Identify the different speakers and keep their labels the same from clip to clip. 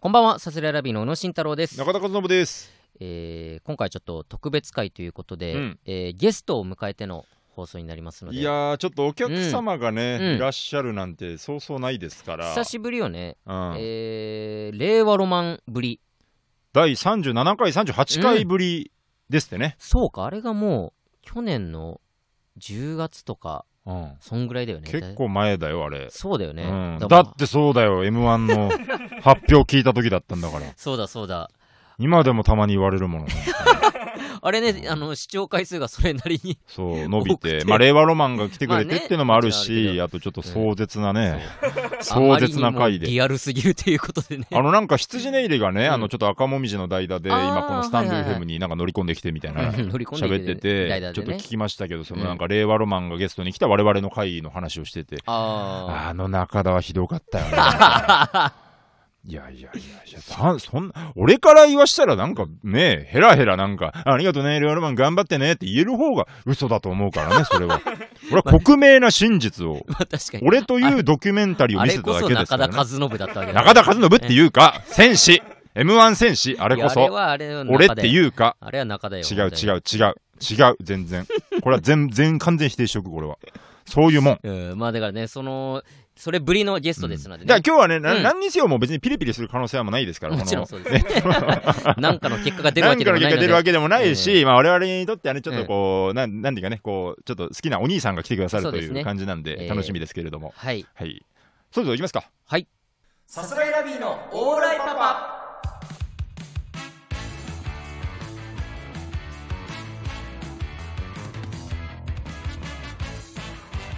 Speaker 1: こんばんは、サスレラビーの小野慎太郎です。
Speaker 2: 中田和信です。
Speaker 1: えー今回ちょっと特別会ということで、
Speaker 2: うん
Speaker 1: えーゲストを迎えての放送になりますので、
Speaker 2: いやー、ちょっとお客様がね、
Speaker 1: うん
Speaker 2: いらっしゃるなんてそうそうないですから、
Speaker 1: 久しぶりよね、
Speaker 2: うん
Speaker 1: えー令和ロマンぶり。
Speaker 2: 第37回、38回ぶりですってね。
Speaker 1: そうか、あれがもう去年の10月とか、
Speaker 2: うん
Speaker 1: そんぐらいだよね。
Speaker 2: 結構前だよ、あれ。
Speaker 1: そうだよね。
Speaker 2: うん、
Speaker 1: から
Speaker 2: だってそうだよ、m 1の 発表聞いた時だったんだから、
Speaker 1: そうだそうだ。
Speaker 2: 今でもたまに言われるもの、
Speaker 1: あれね、あの視聴回数がそれなりに
Speaker 2: そう、伸び
Speaker 1: 多く
Speaker 2: て、
Speaker 1: て
Speaker 2: まあ、令和ロマンが来てく
Speaker 1: ま
Speaker 2: れ
Speaker 1: あ
Speaker 2: て
Speaker 1: ね
Speaker 2: っていうのもある
Speaker 1: もちろんあるけ
Speaker 2: し、
Speaker 1: ど
Speaker 2: あとちょっと壮絶なね、
Speaker 1: あま
Speaker 2: 壮
Speaker 1: りに
Speaker 2: 絶
Speaker 1: も
Speaker 2: な回で。
Speaker 1: リアルすぎるということでね。
Speaker 2: あのなんか羊ネイリがね、
Speaker 1: うん
Speaker 2: あのちょっと赤もみじの代打で、
Speaker 1: あー
Speaker 2: 今このスタンド
Speaker 1: はいはいはい
Speaker 2: FM になんか乗り込んできてみたいな
Speaker 1: うん 乗り込んで
Speaker 2: 喋
Speaker 1: き
Speaker 2: ってて
Speaker 1: ね
Speaker 2: て、
Speaker 1: 代打
Speaker 2: ち
Speaker 1: で
Speaker 2: ょっと
Speaker 1: ね
Speaker 2: 聞きましたけど、その
Speaker 1: うん
Speaker 2: なんか令和ロマンがゲストに来た我々の会の話をしてて、
Speaker 1: あ
Speaker 2: あの中田はひどかったよ ね。いやいやいやいや、さそんな、俺から言わしたらなんかね、ヘラヘラなんか、ありがとうね、令和ロマン頑張ってねって言える方が嘘だと思うからね、それは。俺は克明な真実を、
Speaker 1: あ、確かに。
Speaker 2: 俺というドキュメンタリーを
Speaker 1: あ
Speaker 2: 見
Speaker 1: れ
Speaker 2: せた
Speaker 1: こ
Speaker 2: だ
Speaker 1: そ
Speaker 2: けです
Speaker 1: 中
Speaker 2: か
Speaker 1: 田
Speaker 2: ら、
Speaker 1: 和
Speaker 2: ね。
Speaker 1: 信だったわけだ
Speaker 2: 中田和信っていうか、戦士、M1 戦士、あれ
Speaker 1: いや
Speaker 2: こ
Speaker 1: あれ
Speaker 2: そ、
Speaker 1: はあれの中
Speaker 2: 俺っ
Speaker 1: で
Speaker 2: ていうか、
Speaker 1: あれは中だよ。
Speaker 2: 違う
Speaker 1: う。
Speaker 2: 違う違う、違う、全然。これ は全全完全否定しとく、これは。そういうもん。
Speaker 1: うん、まあだからね、その、それぶりのゲストですので
Speaker 2: だから
Speaker 1: ね、
Speaker 2: 今日はね、な
Speaker 1: うん
Speaker 2: 何にせよもう別にピリピリする可能性はもうないですから、
Speaker 1: もちろん
Speaker 2: こ
Speaker 1: そうです ね。なんかの結果が出る
Speaker 2: の
Speaker 1: わけでも
Speaker 2: 何かの
Speaker 1: な
Speaker 2: 結
Speaker 1: い
Speaker 2: 果
Speaker 1: の
Speaker 2: 出
Speaker 1: で
Speaker 2: るわけでもない
Speaker 1: え
Speaker 2: し、まあ我々にとってはね、ちょっとこう、なんなんていうかね、こう、ちょっと好きなお兄さんが来てくださ
Speaker 1: そう
Speaker 2: ると
Speaker 1: です
Speaker 2: い
Speaker 1: ね
Speaker 2: う感じなん
Speaker 1: え
Speaker 2: で、
Speaker 1: え
Speaker 2: 楽しみですけれども。
Speaker 1: はい。
Speaker 2: はい。そろそろ行きますか。
Speaker 1: はい。
Speaker 3: さすらいラビーのオーライパパ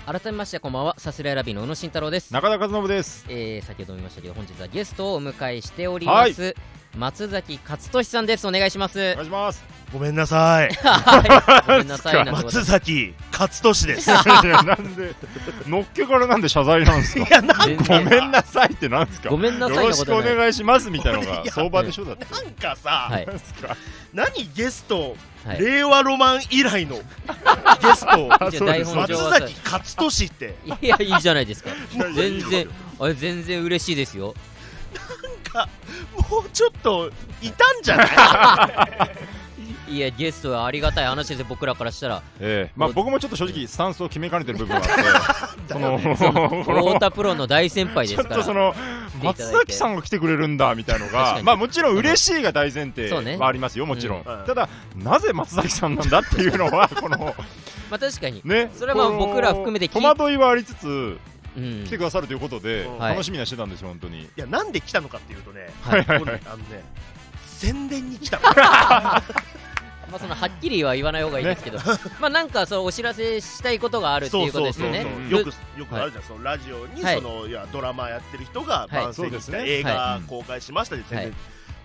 Speaker 1: 改めまして、こんばんは。さすらいラビーの宇野慎太郎です。
Speaker 2: 中田和信です。
Speaker 1: えー、先ほども言いましたけど、本日はゲストをお迎えしております。松崎勝利さんです。お願いします。
Speaker 2: お願いします。
Speaker 4: ごめんな さい。
Speaker 1: はいごめんなさい。なんてこと
Speaker 4: 松崎勝利 です。
Speaker 2: いやなんで、のっけからなんで謝罪なんですか
Speaker 4: いや、なん
Speaker 1: 全
Speaker 2: ご
Speaker 1: 然
Speaker 2: めんなさいってなんですか
Speaker 1: ごめんなさい
Speaker 2: よ
Speaker 1: な
Speaker 2: ろ
Speaker 1: こ
Speaker 2: しく
Speaker 1: と
Speaker 2: お
Speaker 1: ない。
Speaker 2: 願いしますみたいなのが相場でしょだって。
Speaker 4: なんかさ、
Speaker 1: はい。
Speaker 4: 何ゲスト、
Speaker 1: はい。
Speaker 4: 令和ロマン以 来のゲスト、
Speaker 2: あ
Speaker 1: じゃ
Speaker 2: そ
Speaker 1: あ
Speaker 2: う
Speaker 1: 台
Speaker 2: です
Speaker 1: 本
Speaker 4: 松
Speaker 1: 上は
Speaker 4: 崎勝 利って、
Speaker 1: いや、いいじゃないですか。
Speaker 2: いやいやい
Speaker 1: 全
Speaker 2: いよ
Speaker 1: 然、あれ全然嬉しいですよ。
Speaker 4: なんか、もうちょっと、いたんじゃない
Speaker 1: いや、ゲストはありがたい話ですよ、僕らからした ら。
Speaker 2: ええまあ僕もちょっと正直スタンスを決めかねてる部分は あって、その、 この
Speaker 1: 太田プロの大先輩で
Speaker 2: ち
Speaker 1: す
Speaker 2: ょっ
Speaker 1: から。
Speaker 2: とその
Speaker 1: ていただいて
Speaker 2: 松崎さんが来てくれるんだみたいの
Speaker 1: 確か
Speaker 2: が
Speaker 1: に
Speaker 2: まあもちろん嬉しいが大前提
Speaker 1: そうね
Speaker 2: はありますよもちろん、
Speaker 4: うん
Speaker 2: ただなぜ松崎さんなんだっていうの はこの
Speaker 1: まあ確かに。
Speaker 2: ね
Speaker 1: それはまあ
Speaker 2: この
Speaker 1: 僕ら含めて聞い
Speaker 2: 戸惑いはありつつ
Speaker 1: うん
Speaker 2: 来てくださるということで、
Speaker 4: うん
Speaker 1: はい
Speaker 2: 楽しみにはしてたんですよ本当に
Speaker 4: いや、なんで来たのかっていうとね、
Speaker 1: はい
Speaker 4: もうねあのね、宣伝に来たの。
Speaker 1: まあそのはっきりは言わない方がいいですけど、まあなんかそうお知らせしたいことがあるっていうことですよね
Speaker 2: そうそうそう。
Speaker 4: よくよくあるじゃん、そのラジオに、
Speaker 1: はい
Speaker 4: そのいやドラマやってる人が
Speaker 1: い
Speaker 4: 番宣
Speaker 2: そ
Speaker 4: にし
Speaker 2: うで
Speaker 4: た
Speaker 2: すね
Speaker 4: 映
Speaker 2: は
Speaker 4: 画
Speaker 2: い
Speaker 4: 公開しましたで、全然
Speaker 1: はい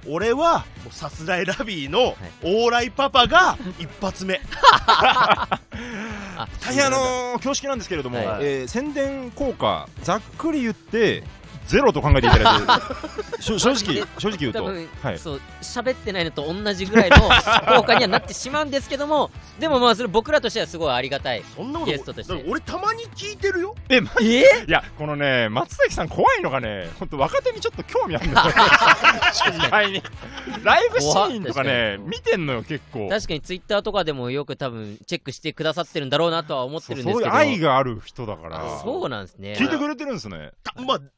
Speaker 4: 俺はもうさすらいラビーの往来パパが一発目、
Speaker 1: あ
Speaker 2: 大変あのー恐縮なんですけれども、
Speaker 1: はい
Speaker 2: えー宣伝効果ざっくり言ってゼロと考えていただい てしょ正直正直言う
Speaker 1: 多
Speaker 2: と、
Speaker 1: 分、
Speaker 2: はい、
Speaker 1: そう喋ってないのと同じぐらいの効果にはなってしまうんですけども、でもまあそれ僕らとしてはすごいありがたい。
Speaker 4: そんなこと
Speaker 1: ゲストとして
Speaker 4: だから俺たまに聞いてるよ
Speaker 2: え、ま、
Speaker 1: え
Speaker 2: いやこのね松崎さん怖いのがね本当若手にちょっと興味あ るんだよ意外にライブシーンとかね
Speaker 1: 怖っ
Speaker 2: 見てんのよ結構
Speaker 1: 確かにツイッターとかでもよく多分チェックしてくださってるんだろうなとは思って
Speaker 2: そう
Speaker 1: るん
Speaker 2: そ
Speaker 1: です
Speaker 2: うい
Speaker 1: け
Speaker 2: う
Speaker 1: ど。
Speaker 2: 愛がある人だから
Speaker 1: あそうなんですね。
Speaker 2: 聞いてくれてるんですね
Speaker 4: たまあうん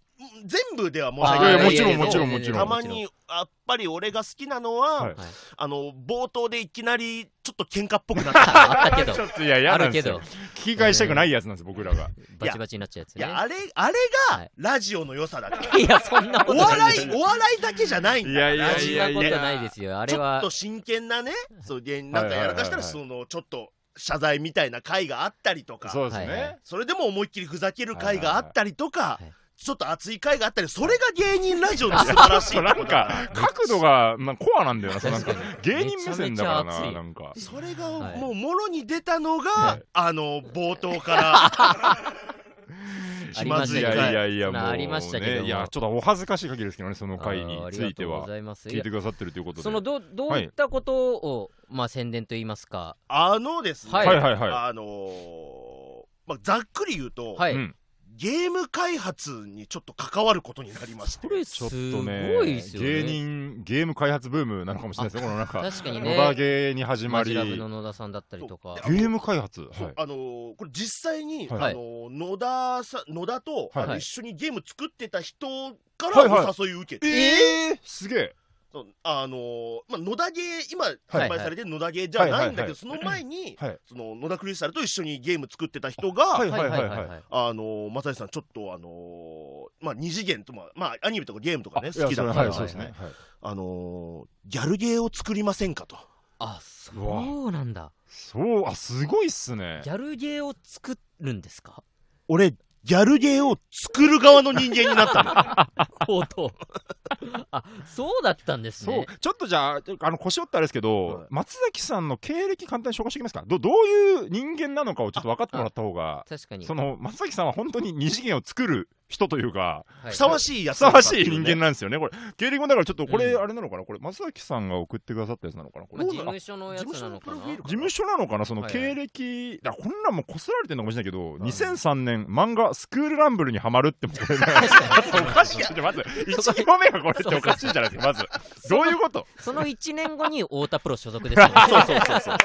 Speaker 4: 全部では申し
Speaker 1: あ
Speaker 4: 訳
Speaker 1: ー
Speaker 4: ない
Speaker 2: いやいやもちろん
Speaker 1: いやいや
Speaker 2: もちろんもちろん
Speaker 4: たまにやっぱり俺が好きなのは、
Speaker 2: はい
Speaker 4: あの冒頭でいきなりちょっと喧嘩っぽくなった
Speaker 1: あったけど
Speaker 2: ちょっとい や
Speaker 1: あ
Speaker 2: 嫌な
Speaker 1: る
Speaker 2: ん
Speaker 1: け
Speaker 2: ですよ
Speaker 1: ど、
Speaker 2: 聞き返したくないやつなんです僕らが
Speaker 1: バチバチになっちゃうやつ
Speaker 4: い
Speaker 1: ね。
Speaker 4: やあれあれ
Speaker 1: は
Speaker 4: が
Speaker 1: い
Speaker 4: ラジオの良さだから
Speaker 1: いや、そんなこ
Speaker 4: お
Speaker 1: とない
Speaker 4: 笑い、お笑いだけじゃないんだから
Speaker 2: いやいやいやいや
Speaker 1: そんなことないですよ。あ
Speaker 4: ち
Speaker 1: れ
Speaker 4: ょっ
Speaker 1: は
Speaker 4: と、真剣 なね、そうでなんかやらかしたら、
Speaker 2: はいはい
Speaker 4: その、ちょっと謝罪みたいな回があったりとか、
Speaker 2: そうですね、
Speaker 1: はいはい
Speaker 4: それでも思いっきりふざける回があったりとか
Speaker 1: はいはい、
Speaker 4: ちょっと熱い回があったり、それが芸人ラジオの素晴らしい
Speaker 2: そう
Speaker 4: と
Speaker 2: な
Speaker 4: こ
Speaker 2: ん
Speaker 4: ろだから
Speaker 2: か角度が、まあ、コアなんだよなそうなん
Speaker 1: 確
Speaker 2: か
Speaker 1: かに
Speaker 2: 芸人目線だから
Speaker 1: めちゃめちゃ熱
Speaker 2: ないなんか
Speaker 4: それが
Speaker 1: はい
Speaker 4: もうもろに出たの
Speaker 2: は
Speaker 4: が
Speaker 2: い、
Speaker 4: あの、冒頭から、
Speaker 1: あり
Speaker 4: ま
Speaker 1: ま
Speaker 4: ず
Speaker 1: し
Speaker 2: い
Speaker 1: た
Speaker 2: や
Speaker 1: け
Speaker 2: い
Speaker 1: ど
Speaker 2: やいやもう、
Speaker 1: まあ
Speaker 2: ね、
Speaker 1: ありましたけども
Speaker 2: いやちょっとお恥ずかしい限りですけどねその回に
Speaker 1: あーあり
Speaker 2: つ
Speaker 1: が
Speaker 2: い
Speaker 1: と
Speaker 2: て
Speaker 1: うご
Speaker 2: は
Speaker 1: ざいます
Speaker 2: 聞いてくださってるということで
Speaker 1: そのどうどういったことを、まあ、宣伝といいますか、
Speaker 4: あのですね、
Speaker 1: はい
Speaker 2: はいはいはい
Speaker 4: あのー、まあざっくり言うと、
Speaker 1: はい
Speaker 2: うん
Speaker 4: ゲーム開発にちょっと関わることになりまして
Speaker 1: これ
Speaker 2: ちょ
Speaker 1: す
Speaker 2: っとね
Speaker 1: ごいですよね
Speaker 2: 芸人ゲーム開発ブームなのかもしれないですねこのなんか
Speaker 1: 確かに
Speaker 2: 野田
Speaker 1: ね
Speaker 2: ゲーに始ま
Speaker 1: マ
Speaker 2: り
Speaker 1: ジ
Speaker 2: ゲ
Speaker 1: ラブの野田さんだったりとか
Speaker 4: そう
Speaker 2: ーム開発は
Speaker 4: そう
Speaker 2: い
Speaker 4: あのーこれ実際に、
Speaker 2: はい
Speaker 4: あのー野田さん野田と、
Speaker 2: はい
Speaker 4: あの一緒にゲーム作ってた人か
Speaker 2: はい
Speaker 4: ら
Speaker 2: は
Speaker 4: お誘い受けて、
Speaker 2: えー、すげえ
Speaker 4: そうあのーまあ、野田ゲー今
Speaker 1: はい
Speaker 4: 販売されてる野田ゲーじゃない
Speaker 2: はい
Speaker 4: んだけど、
Speaker 2: はいはい
Speaker 4: その前に、
Speaker 2: はい
Speaker 4: その野田クリスタルと一緒にゲーム作ってた人が、
Speaker 2: はい
Speaker 1: はいはいはい
Speaker 2: は
Speaker 1: はいい
Speaker 2: は
Speaker 1: はい
Speaker 4: あのー、正義さん、ちょっとあのーまあ、二次元とも、まあ、アニメとかゲームとかね、好きだか
Speaker 2: いやそれ
Speaker 4: ら、
Speaker 2: ははいそうですねはい
Speaker 4: あのーギャルゲーを作りませんかと。
Speaker 1: あそうなんだ
Speaker 2: そうあすごいっすね
Speaker 1: ギャルゲーを作るんですか
Speaker 4: 俺、ギャルゲーを作る側の人間になったの。
Speaker 1: とうとう あそうだったんです
Speaker 2: そう
Speaker 1: ね
Speaker 2: ちょっとじゃああの腰折ったあれですけど、
Speaker 4: はい
Speaker 2: 松崎さんの経歴簡単に紹介していきますかどどういう人間なのかをちょっと分かってもらった方が
Speaker 1: 確かに
Speaker 2: その松崎さんは本当に二次元を作る人というか
Speaker 1: はい
Speaker 4: ふさわしいや
Speaker 2: ふ
Speaker 4: つ
Speaker 2: さ
Speaker 4: なの
Speaker 2: わ
Speaker 4: かっ
Speaker 2: していう
Speaker 4: ね
Speaker 2: 人間なんですよねこれ経歴もだからちょっとこれ
Speaker 1: うん
Speaker 2: あれなのかなこれ松崎さんが送ってくださったやつなのかなこ
Speaker 1: ま
Speaker 2: れ
Speaker 1: あ
Speaker 2: あ
Speaker 1: 事務所のやつなの
Speaker 4: 事務所のプ
Speaker 1: か
Speaker 4: ロ
Speaker 1: な
Speaker 4: フィール
Speaker 2: 事務所なのかなその
Speaker 1: はいは
Speaker 2: 経
Speaker 1: い
Speaker 2: 歴だからこんなんもうこすられてるのかもしれないけど、
Speaker 1: い
Speaker 2: 2003年漫画「スクールランブル」にハマるってもうこれねおかしいじゃんまず1個目がこれっておかしいじゃないですかまずどういうこと
Speaker 1: その1年後に太田プロ所属ですよねそうそうそうそう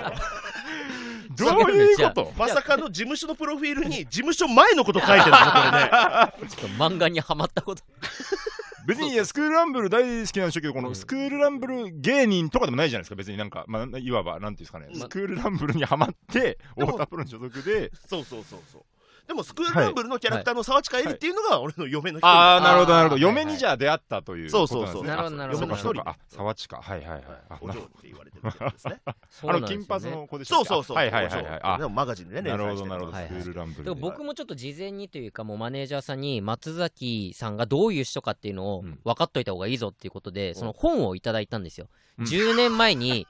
Speaker 2: どういうこと
Speaker 4: まさかの事務所のプロフィールに、事務所前のこと書い てるのね、これね。
Speaker 1: ちょっと漫画にハマったこと
Speaker 2: 別にいやスクールランブル大好きなんでしょうけどこのスクールランブル芸人とかでもないじゃないですか別になんか、まあ、いわばなんていうんですかね、
Speaker 1: ま
Speaker 2: スクールランブルにはまって
Speaker 4: でも
Speaker 2: 太田プロの所属で
Speaker 4: そうそうそうそう。でも、スクールランブルのキャラクターの沢近エリっていうのが、俺の嫁の人。
Speaker 2: ああ
Speaker 1: ー
Speaker 2: なるほどなるほど
Speaker 1: はいはい
Speaker 2: 嫁にじゃあ出会ったという
Speaker 4: そうそうそう
Speaker 2: こと
Speaker 1: なるほ
Speaker 2: なん
Speaker 1: ど
Speaker 2: です
Speaker 1: なるほど
Speaker 2: ねあそうかそう
Speaker 4: 嫁の一人
Speaker 2: かあ沢地かはいはいはいあ
Speaker 4: お
Speaker 2: な
Speaker 4: 嬢って言われてるキャラですね。
Speaker 2: あの金髪の子でし
Speaker 4: そうそうそう。
Speaker 2: はいはいはいはい
Speaker 4: あ
Speaker 2: あ
Speaker 4: でもマガジンでね、
Speaker 2: なるほどなるほど
Speaker 1: はい
Speaker 2: ス
Speaker 1: はい
Speaker 2: クールランブ
Speaker 1: で
Speaker 2: ル
Speaker 1: も
Speaker 2: で
Speaker 1: 僕もちょっと事前にというかもうマネージャーさんに松崎さんがどういう人かっていうのを
Speaker 2: うん
Speaker 1: 分かっといた方がいいぞっていうことで、その本をいただいたんですよ、
Speaker 2: うん
Speaker 1: 10年前 に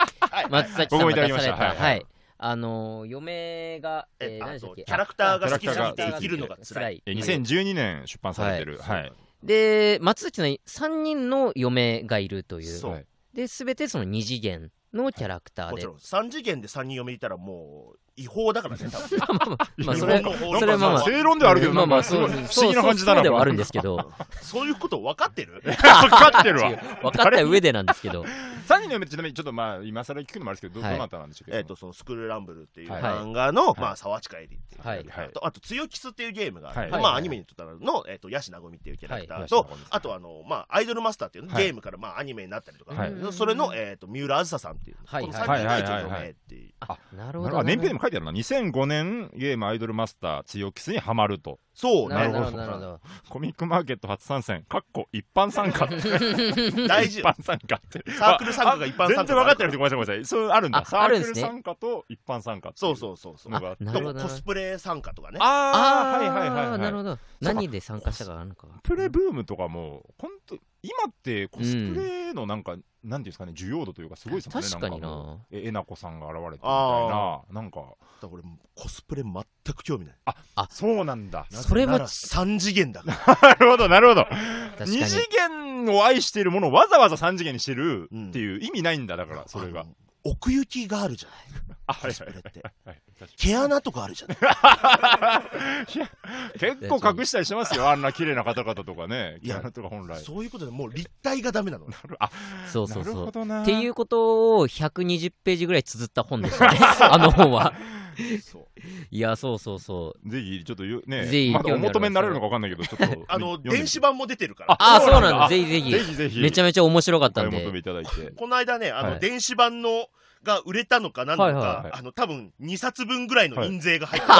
Speaker 1: 松崎さんが出され
Speaker 2: 僕もいただきました
Speaker 1: た
Speaker 2: はいはい
Speaker 1: はいあのー嫁が、え
Speaker 4: え
Speaker 1: ー、何
Speaker 4: あ
Speaker 1: でしたっ
Speaker 4: とキ
Speaker 1: け
Speaker 4: ャラクターが好きす
Speaker 2: キャラ
Speaker 4: ぎ
Speaker 2: クター
Speaker 4: て
Speaker 2: が
Speaker 4: 生きるのが辛い。
Speaker 2: え2012年出版されてる
Speaker 4: は
Speaker 2: はいい
Speaker 1: で松崎さんに3人の嫁がいるという
Speaker 4: そう
Speaker 2: はい
Speaker 1: で全てその二次元のキャラクター
Speaker 4: もち
Speaker 1: で
Speaker 4: ろん、三次元で三人読めいたらもう違法だからね、多分
Speaker 1: まあ
Speaker 4: 日
Speaker 1: そ
Speaker 4: 本
Speaker 1: れ
Speaker 4: の法
Speaker 1: それはまあまあ
Speaker 2: 正論ではあるけど
Speaker 1: ま
Speaker 2: な
Speaker 1: あ
Speaker 2: ん
Speaker 1: まあ
Speaker 2: かす
Speaker 1: そ
Speaker 2: ご
Speaker 1: う
Speaker 2: い不
Speaker 1: そう
Speaker 2: 思議な感じだ
Speaker 1: そう
Speaker 2: な
Speaker 1: ではあ
Speaker 2: こ
Speaker 1: る
Speaker 2: れ
Speaker 1: んですけど
Speaker 4: そういうこと分かってる
Speaker 2: 分かってる
Speaker 1: 違
Speaker 2: わ
Speaker 1: う分かった上でなんですけど
Speaker 2: 三人の嫁ってちなみにちょっとまあ今更聞くのもあれですけどど
Speaker 1: はい
Speaker 2: どなたなんでしょう
Speaker 4: え
Speaker 2: け
Speaker 4: っと、そのスクールランブルっていう
Speaker 2: はい
Speaker 4: 漫画の、
Speaker 2: い
Speaker 4: まあ、沢近エリっていうキャラクターと、あと、強キスっていうゲームがあって、
Speaker 2: はい
Speaker 4: ま
Speaker 1: はい
Speaker 4: あ、アニメにとったらの、えっと、ヤシナゴミっていうキャラクター
Speaker 2: は
Speaker 4: と
Speaker 2: いヤシナゴミ、
Speaker 4: あと、あの、まあ、アイドルマスターっていうね
Speaker 2: はい
Speaker 4: ゲームから、まあ、アニメになったりとか
Speaker 2: は、
Speaker 1: い
Speaker 4: それの、えっと、三浦あずささんっていう、こ
Speaker 1: はい
Speaker 4: の三人が一応
Speaker 2: はいはいはいはい
Speaker 4: 読めっていう。
Speaker 1: あなるほ
Speaker 2: な
Speaker 1: ど
Speaker 2: んか年表でも書いてあるな2005年ゲームアイドルマスター強キスにハマると
Speaker 4: そう
Speaker 1: な
Speaker 4: ね
Speaker 1: るほど
Speaker 2: なるほど
Speaker 1: なるほど
Speaker 2: コミックマーケット初参戦かっこ一般参加って
Speaker 4: 大
Speaker 2: 一
Speaker 4: 事よ
Speaker 2: 般参加って
Speaker 4: サークル参加が一般参加
Speaker 2: あ全然分かってなくてごめんなさいごめんなさいそうあるんだ
Speaker 1: あ
Speaker 2: サ
Speaker 1: ある
Speaker 2: ー
Speaker 1: んで
Speaker 2: ク
Speaker 1: す
Speaker 2: ル
Speaker 1: ね
Speaker 2: 参加と一般参加
Speaker 4: そうそううそうそう
Speaker 2: のがあって
Speaker 1: な
Speaker 4: で
Speaker 1: るほ
Speaker 4: も
Speaker 1: ど
Speaker 4: コスプレ参加とかね
Speaker 2: あーはいはいはい、
Speaker 1: あ
Speaker 2: は
Speaker 1: ー
Speaker 2: い、
Speaker 1: なるほど何で参加したかあるのか
Speaker 2: コスプレブームとかも本当今ってコスプレのなんか、なんていうんですかね需要度というかすごいですもんね
Speaker 1: 確かに
Speaker 2: んもう
Speaker 1: な
Speaker 2: ええなこさんが現れてみたいななんか
Speaker 4: だから俺コスプレ全く興味ない
Speaker 2: そうなんだ
Speaker 1: それも
Speaker 4: なぜなら三次元だから
Speaker 2: なるほどなるほど
Speaker 1: 確かに
Speaker 2: 二次元を愛しているものをわざわざ三次元にしてる
Speaker 4: うん
Speaker 2: っていう意味ないんだだから それが、
Speaker 4: あの奥行きがあるじゃない
Speaker 2: あは
Speaker 4: コ
Speaker 2: い
Speaker 4: スプレって
Speaker 2: はい確
Speaker 4: 毛穴とかあるじゃない
Speaker 2: かに結構隠したりしてますよあんな綺麗な方々とかね
Speaker 4: いや
Speaker 2: キャラとか本来
Speaker 4: そういうことでもう立体がダメなの
Speaker 1: そうそう
Speaker 2: なる
Speaker 1: そ
Speaker 2: ほ
Speaker 1: う
Speaker 2: どな
Speaker 1: っていうことを120ページぐらい綴った本で したねあの本は
Speaker 4: そう
Speaker 1: いやそうそうそう
Speaker 2: ぜひちょっとよね
Speaker 1: ぜひ
Speaker 2: まだ
Speaker 1: 興
Speaker 2: お
Speaker 1: 味ある
Speaker 2: 求めになれるのかわかんないけどちょっと
Speaker 4: あの
Speaker 2: 読んでみて
Speaker 4: 電子版も出てるから
Speaker 1: ああそう
Speaker 2: そう
Speaker 1: な
Speaker 2: なん
Speaker 1: ん
Speaker 2: だ
Speaker 1: だぜひぜひ
Speaker 2: ぜひぜひ
Speaker 1: めちゃめちゃ面白かっ
Speaker 2: お
Speaker 1: た
Speaker 2: 買
Speaker 1: ん
Speaker 2: い求め
Speaker 1: で
Speaker 2: いただいて
Speaker 4: この間ねあ
Speaker 1: は
Speaker 4: の
Speaker 1: い
Speaker 4: 電子版のが売れたのかなんの
Speaker 1: はいはいは
Speaker 4: か
Speaker 2: い
Speaker 4: あの多分2冊分ぐらいの印税が入ってる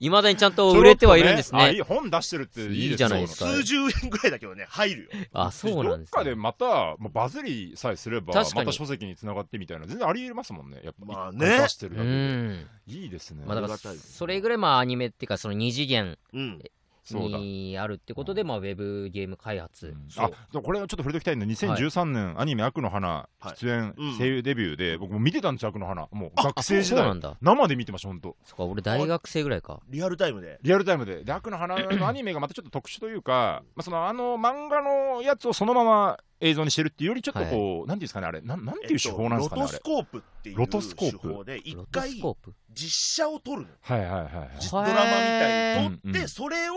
Speaker 1: いまだにちゃんと売れてはいるんです
Speaker 2: ちょろっとあい
Speaker 1: ね
Speaker 2: い本出してるっていいです
Speaker 1: いいじゃないですか
Speaker 4: 数十円ぐらいだけどね入るよ
Speaker 1: あそうなん
Speaker 2: ど
Speaker 1: で
Speaker 2: っ
Speaker 1: すね
Speaker 2: かでまた、まあ、バズりさえすれば
Speaker 1: 確か
Speaker 2: ま
Speaker 1: に
Speaker 2: た書籍につながってみたいな全然ありえますもんねやっぱ、
Speaker 4: まあね
Speaker 2: 一回出して
Speaker 1: う
Speaker 2: るだけで
Speaker 1: ん
Speaker 2: いいですね、
Speaker 1: まあだか
Speaker 4: ありがた
Speaker 1: ら
Speaker 4: い
Speaker 1: それぐらいまあアニメっていうかその二次元
Speaker 4: うん
Speaker 2: そうだ
Speaker 1: にあるってことで
Speaker 2: うん
Speaker 1: まあウェブゲーム開発
Speaker 2: あでもこれはちょっと触れておきたいのは2013年、アニメ「悪の花」
Speaker 4: はい
Speaker 2: 出演、
Speaker 4: うん
Speaker 2: 声優デビューで僕も見てたんですよ悪の花もう
Speaker 4: あ
Speaker 2: 学生時
Speaker 1: そうな
Speaker 2: 代
Speaker 1: んだ
Speaker 2: 生で見てました本当
Speaker 1: そっか俺大学生ぐらいか
Speaker 4: リアルタイムで
Speaker 2: リアルタイムで で悪の花のアニメがまたちょっと特殊というか、まあ、そのあの漫画のやつをそのまま映像にしてるっていうより、ちょっとこう、なんていうんですかね、あれ、なんなんていう手法なんですかね、
Speaker 4: ロ
Speaker 2: あ
Speaker 4: ト
Speaker 2: れ
Speaker 4: ス。コープっていう
Speaker 2: ロトスコープ
Speaker 4: 手法で、一
Speaker 1: ロト
Speaker 4: 回
Speaker 1: スコープ
Speaker 4: 実写を撮るの。
Speaker 2: はいはいはいはい。
Speaker 4: 実ドラマみたいに撮
Speaker 2: へ
Speaker 4: っ
Speaker 2: ー
Speaker 4: て、
Speaker 2: うんうん
Speaker 4: それを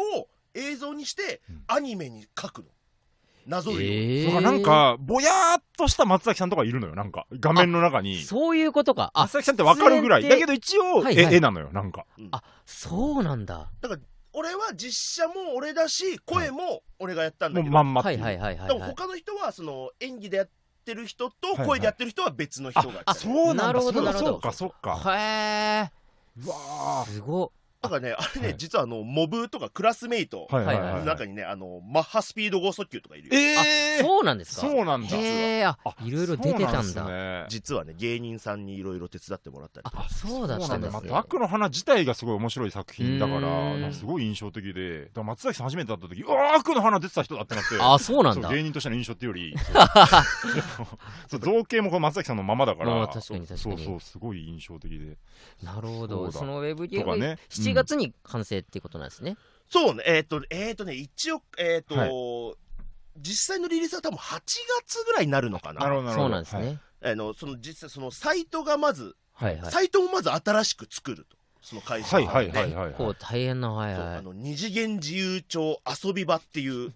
Speaker 4: 映像にして
Speaker 2: うん
Speaker 4: アニメに書くの謎より
Speaker 2: だから
Speaker 1: え
Speaker 2: なんか、ぼやーっとした松崎さんとかいるのよ、なんか、画面の中に。
Speaker 1: そういうことか。あ
Speaker 2: 松、崎さんってわかるぐらい。
Speaker 1: 出演
Speaker 2: だ
Speaker 1: って
Speaker 2: けど一応、
Speaker 1: はいはい
Speaker 2: 絵絵なのよ、なんか。
Speaker 1: そうなんだ。
Speaker 4: 俺は実写も俺だし声も俺がやったん
Speaker 2: も
Speaker 4: だ
Speaker 2: う
Speaker 4: けど、
Speaker 2: まんまって
Speaker 1: は
Speaker 2: いう
Speaker 1: いはいはいは
Speaker 4: で
Speaker 1: い、
Speaker 4: も
Speaker 1: はい。
Speaker 4: 他の人はその演技でやってる人
Speaker 2: い
Speaker 4: と
Speaker 2: はい
Speaker 4: 声でやってる人は別の人がやってた
Speaker 2: あ、そうなんだ。
Speaker 1: なるほど
Speaker 2: そうだ
Speaker 1: なるほど
Speaker 2: そうか、そうか。
Speaker 1: へ
Speaker 2: うわ
Speaker 1: ー。すごっ。
Speaker 4: だからねあれね、
Speaker 2: はい
Speaker 4: 実はあのモブとかクラスメイト
Speaker 2: ー。はいはい
Speaker 1: は
Speaker 2: はい
Speaker 4: の
Speaker 1: い
Speaker 2: は
Speaker 4: 中
Speaker 2: い。
Speaker 4: にね、あのマッハスピード剛速球とかいるよ
Speaker 2: えー
Speaker 1: そうなんですか
Speaker 2: そうなんだ。
Speaker 1: へー、あ、いろいろ出てたんだ。
Speaker 2: だ
Speaker 4: 実はね芸人さんにいろいろ手伝ってもらったりとか
Speaker 1: あ、そうだっ
Speaker 2: そう
Speaker 1: た
Speaker 2: なん
Speaker 1: ん
Speaker 2: だ。
Speaker 1: で
Speaker 2: ますた、
Speaker 1: ね
Speaker 2: バックの花自体がすごい面白い作品だから、
Speaker 1: うん
Speaker 2: なんかすごい印象的で、だから松崎さん初めて会った時、うわー、悪の花出てた人だってなって。
Speaker 1: あ、そうなん
Speaker 2: そ
Speaker 1: だ
Speaker 2: う。芸人としての印象っていうよ り、そうそう造形もこの松崎さんのままだから、
Speaker 1: まあ確かに確かに
Speaker 2: そうそう、すごい印象的で。
Speaker 1: なるほ
Speaker 2: そう
Speaker 1: ど。
Speaker 2: だ
Speaker 1: そのウェブゲー
Speaker 2: とか
Speaker 1: ム、
Speaker 2: ね
Speaker 1: 7月に完成っていうことなんですね。
Speaker 4: そうねえっ、とえっ、とね一応えっ、と、
Speaker 2: は
Speaker 4: 実際のリリースは多分8月ぐらいになるのかな
Speaker 2: なるほど、なるほ
Speaker 1: そ
Speaker 2: ど。
Speaker 1: うなんです
Speaker 2: はい。
Speaker 1: ね。
Speaker 4: あのその実際そのサイトがまず、
Speaker 1: はいはい。
Speaker 4: サイトをまず新しく作るとその会社
Speaker 2: はいはい
Speaker 4: ね
Speaker 2: はいはい、
Speaker 1: 結構大変な、はい
Speaker 4: そう
Speaker 1: は
Speaker 4: あ
Speaker 1: い。
Speaker 4: の二次元自由帳遊び場っていうウ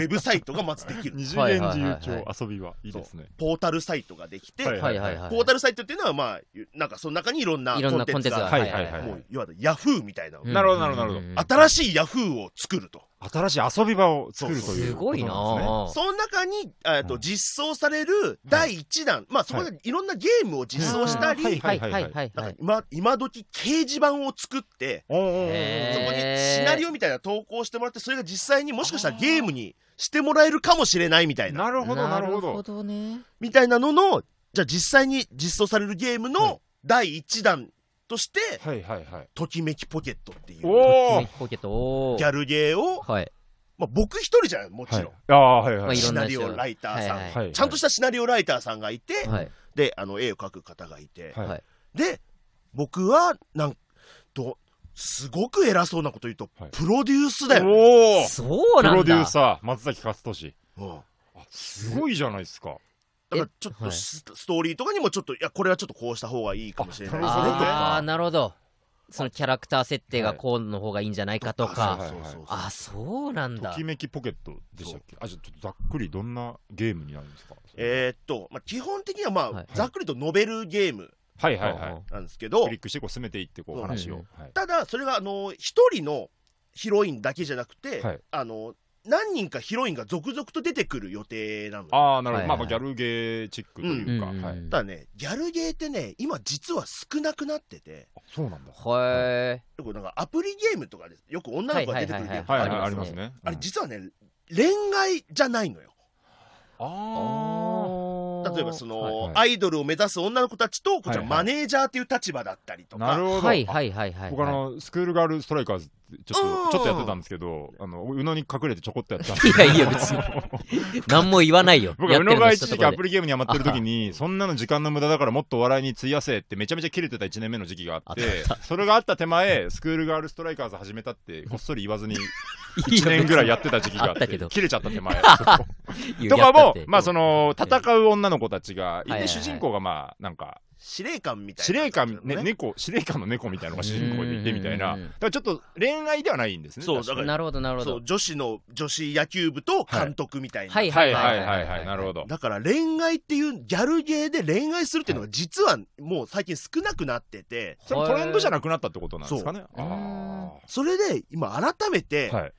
Speaker 4: ェブサイトがまずできる
Speaker 2: 二次元自
Speaker 1: はいはいはい
Speaker 2: 由
Speaker 1: は
Speaker 2: 帳遊びはいいですね。
Speaker 4: ポータルサイトができて、
Speaker 2: はい
Speaker 1: はいはいはい。
Speaker 4: ポータルサイトっていうのはまあなんかその中にいろんない
Speaker 1: ろんな
Speaker 4: コ
Speaker 1: コ
Speaker 4: ン
Speaker 1: ン
Speaker 4: テ
Speaker 1: テンツ
Speaker 4: ンツが
Speaker 1: が。
Speaker 2: はいはいはい
Speaker 4: もういわゆるヤフーみたいな、
Speaker 1: うん
Speaker 2: なるほどなるほどなるほど
Speaker 1: うん
Speaker 4: 新しいヤフーを作ると
Speaker 2: 新しい遊び場を作ると
Speaker 4: そう
Speaker 2: い
Speaker 1: す
Speaker 2: う
Speaker 1: ごいな
Speaker 2: ことんですね
Speaker 1: ぁ。
Speaker 4: その中に、えっと
Speaker 2: うん
Speaker 4: 実装される第1弾、まあそこでいろんなゲームを実装した
Speaker 2: う
Speaker 4: り、
Speaker 2: んはい
Speaker 1: はいはいはいはい
Speaker 4: な
Speaker 1: は
Speaker 4: んか
Speaker 1: い。
Speaker 4: 今今時掲示板を作って、
Speaker 2: おうおうおう
Speaker 1: へ
Speaker 4: そこに
Speaker 1: へー
Speaker 4: シナリオみたいなの投稿してもらって、それが実際にもしかしたらゲームにしてもらえるかもしれないみたいな、
Speaker 2: なるほどなるほ
Speaker 1: なるほ
Speaker 2: ど。
Speaker 1: どね。
Speaker 4: みたいなのの、じゃあ実際に実装されるゲーム
Speaker 2: はい
Speaker 4: の第1弾として、
Speaker 2: はいはいはい。
Speaker 4: ときめきポケットっていう
Speaker 2: お
Speaker 4: ギ
Speaker 2: ー
Speaker 1: ときめきポケット。おー
Speaker 4: ャルゲーを、
Speaker 1: はい。
Speaker 4: まあ、僕一人じゃん、もち
Speaker 2: は
Speaker 4: ろん
Speaker 2: い。。ああはい
Speaker 1: ま
Speaker 2: は
Speaker 1: あ
Speaker 2: い。
Speaker 1: い
Speaker 4: シ
Speaker 1: ろん
Speaker 4: ナ
Speaker 1: な
Speaker 4: リ
Speaker 1: 人
Speaker 4: オライターさん、
Speaker 1: はい
Speaker 4: ちゃんとしたシナリオライターさんがいて、
Speaker 1: はい。
Speaker 4: で、あの、絵を描く方がいて、
Speaker 2: はい
Speaker 1: はい。
Speaker 4: で、僕は、なんと、すごく偉そうなこと言うと、
Speaker 2: はい
Speaker 4: プロデュースだよね、
Speaker 2: おお。
Speaker 1: そう
Speaker 2: プ
Speaker 1: な
Speaker 2: ロ
Speaker 1: ん
Speaker 2: デュー
Speaker 1: だ。
Speaker 2: サー松崎勝利。
Speaker 4: うん
Speaker 2: あすごいじゃないですか。
Speaker 4: だからちょっ
Speaker 1: えは
Speaker 4: と
Speaker 1: い
Speaker 4: ス,、トーリーとかにもちょっといやこれはちょっとこうした方がいいかもしれな
Speaker 2: あ
Speaker 4: い
Speaker 2: なるほどね
Speaker 1: ああ、なるほど。そのキャラクター設定がこうの方がいいんじゃないかと
Speaker 2: は
Speaker 1: か。
Speaker 2: い
Speaker 4: そうそうそうそう
Speaker 1: あ、そうなん
Speaker 2: と
Speaker 1: だ
Speaker 2: き。めきポケットでしたっけあ、じゃあちょっとざっくりどんなゲームになるんですか
Speaker 4: えーっと、まあ、基本的にはまあ、
Speaker 1: はい
Speaker 4: ざっくりとノベルゲーム
Speaker 2: はいはいはい。
Speaker 4: なんですけど
Speaker 2: クリックしてこう進めていってこう
Speaker 4: そう
Speaker 2: 話を。
Speaker 1: うん
Speaker 2: はい
Speaker 4: ただそれがあの一人のヒロインだけじゃなくて、
Speaker 2: はい
Speaker 4: あの何人かヒロインが続々と出てくる予定なの
Speaker 2: ああ、なる
Speaker 1: は
Speaker 2: ほど。
Speaker 1: い
Speaker 2: まあまあギャルゲーチックというか。
Speaker 1: うんうんうん
Speaker 2: はい
Speaker 4: ただねギャルゲーってね今実は少なくなってて
Speaker 2: あそうなんだ。
Speaker 1: へ
Speaker 4: よくなんかアプリゲームとかでよく女の子が出てくるゲームとか
Speaker 2: は
Speaker 4: あ
Speaker 2: い
Speaker 4: り
Speaker 2: はい、
Speaker 4: ま
Speaker 2: あ
Speaker 4: す
Speaker 2: り
Speaker 4: よ
Speaker 2: ますね。
Speaker 4: ねあれ
Speaker 2: うん
Speaker 4: 実はね恋愛じゃないのよ
Speaker 2: あ
Speaker 1: ー。
Speaker 4: 例えばその、
Speaker 2: はいはい
Speaker 4: アイドルを目指す女の子たちとこ
Speaker 2: は
Speaker 4: ちら
Speaker 2: いはい
Speaker 4: マネージャーっていう立場だったりと
Speaker 2: あ。
Speaker 4: か、
Speaker 2: なるほど。
Speaker 1: はいはいはいはいはい。
Speaker 2: 僕あの、スクールガールストライカーズってちょっ
Speaker 4: うん
Speaker 2: と、ちょっとやってたんですけど、あの、宇野に隠れてちょこっとやってたんです
Speaker 1: い
Speaker 2: けど
Speaker 1: やいや、別に。何も言わないよ。
Speaker 2: 僕
Speaker 1: やっ
Speaker 2: は宇
Speaker 1: てる
Speaker 2: 野
Speaker 1: の
Speaker 2: が
Speaker 1: 知
Speaker 2: 一
Speaker 1: った
Speaker 2: 時
Speaker 1: と
Speaker 2: 期
Speaker 1: こ
Speaker 2: ア
Speaker 1: ろ
Speaker 2: プ
Speaker 1: で
Speaker 2: リゲームにハマってる時に、そんなの時間の無駄だからもっとお笑いに費やせってめちゃめちゃ切れてた1年目の時期があって、それがあった手前、スクールガールストライカーズ始めたって、こっそり言わず に1年ぐらいやってた時期があっ
Speaker 1: あった
Speaker 2: て
Speaker 1: け、ど
Speaker 2: 切れちゃった 手前。
Speaker 1: いやや
Speaker 2: とか
Speaker 1: ったっ
Speaker 2: も
Speaker 1: て、
Speaker 2: まあその、戦う女の子たちがい
Speaker 1: はいはいは
Speaker 2: て、
Speaker 1: い
Speaker 2: 主人公がまあ、なんか、
Speaker 4: 司令官みたいな
Speaker 2: 司令官、ね、猫、司令官の猫みたいなのが主人公でいてみたいな。
Speaker 1: うん
Speaker 2: だからちょっと恋愛ではないんですね。
Speaker 4: そう
Speaker 2: 確か
Speaker 4: だから
Speaker 1: なるほどなるほ
Speaker 4: そ
Speaker 1: ど
Speaker 4: う。女子の女子野球部と監督みたいな、
Speaker 1: はい
Speaker 2: はいはいはいはい、なるほど。
Speaker 4: だから恋愛っていうギャルゲーで恋愛するっていうのが実はもう最近少なくなってて
Speaker 2: それもトレンドじゃなくなったってことなんですか
Speaker 1: そ
Speaker 2: ね。
Speaker 1: う
Speaker 2: あ
Speaker 4: それで今改めて
Speaker 2: ーはい。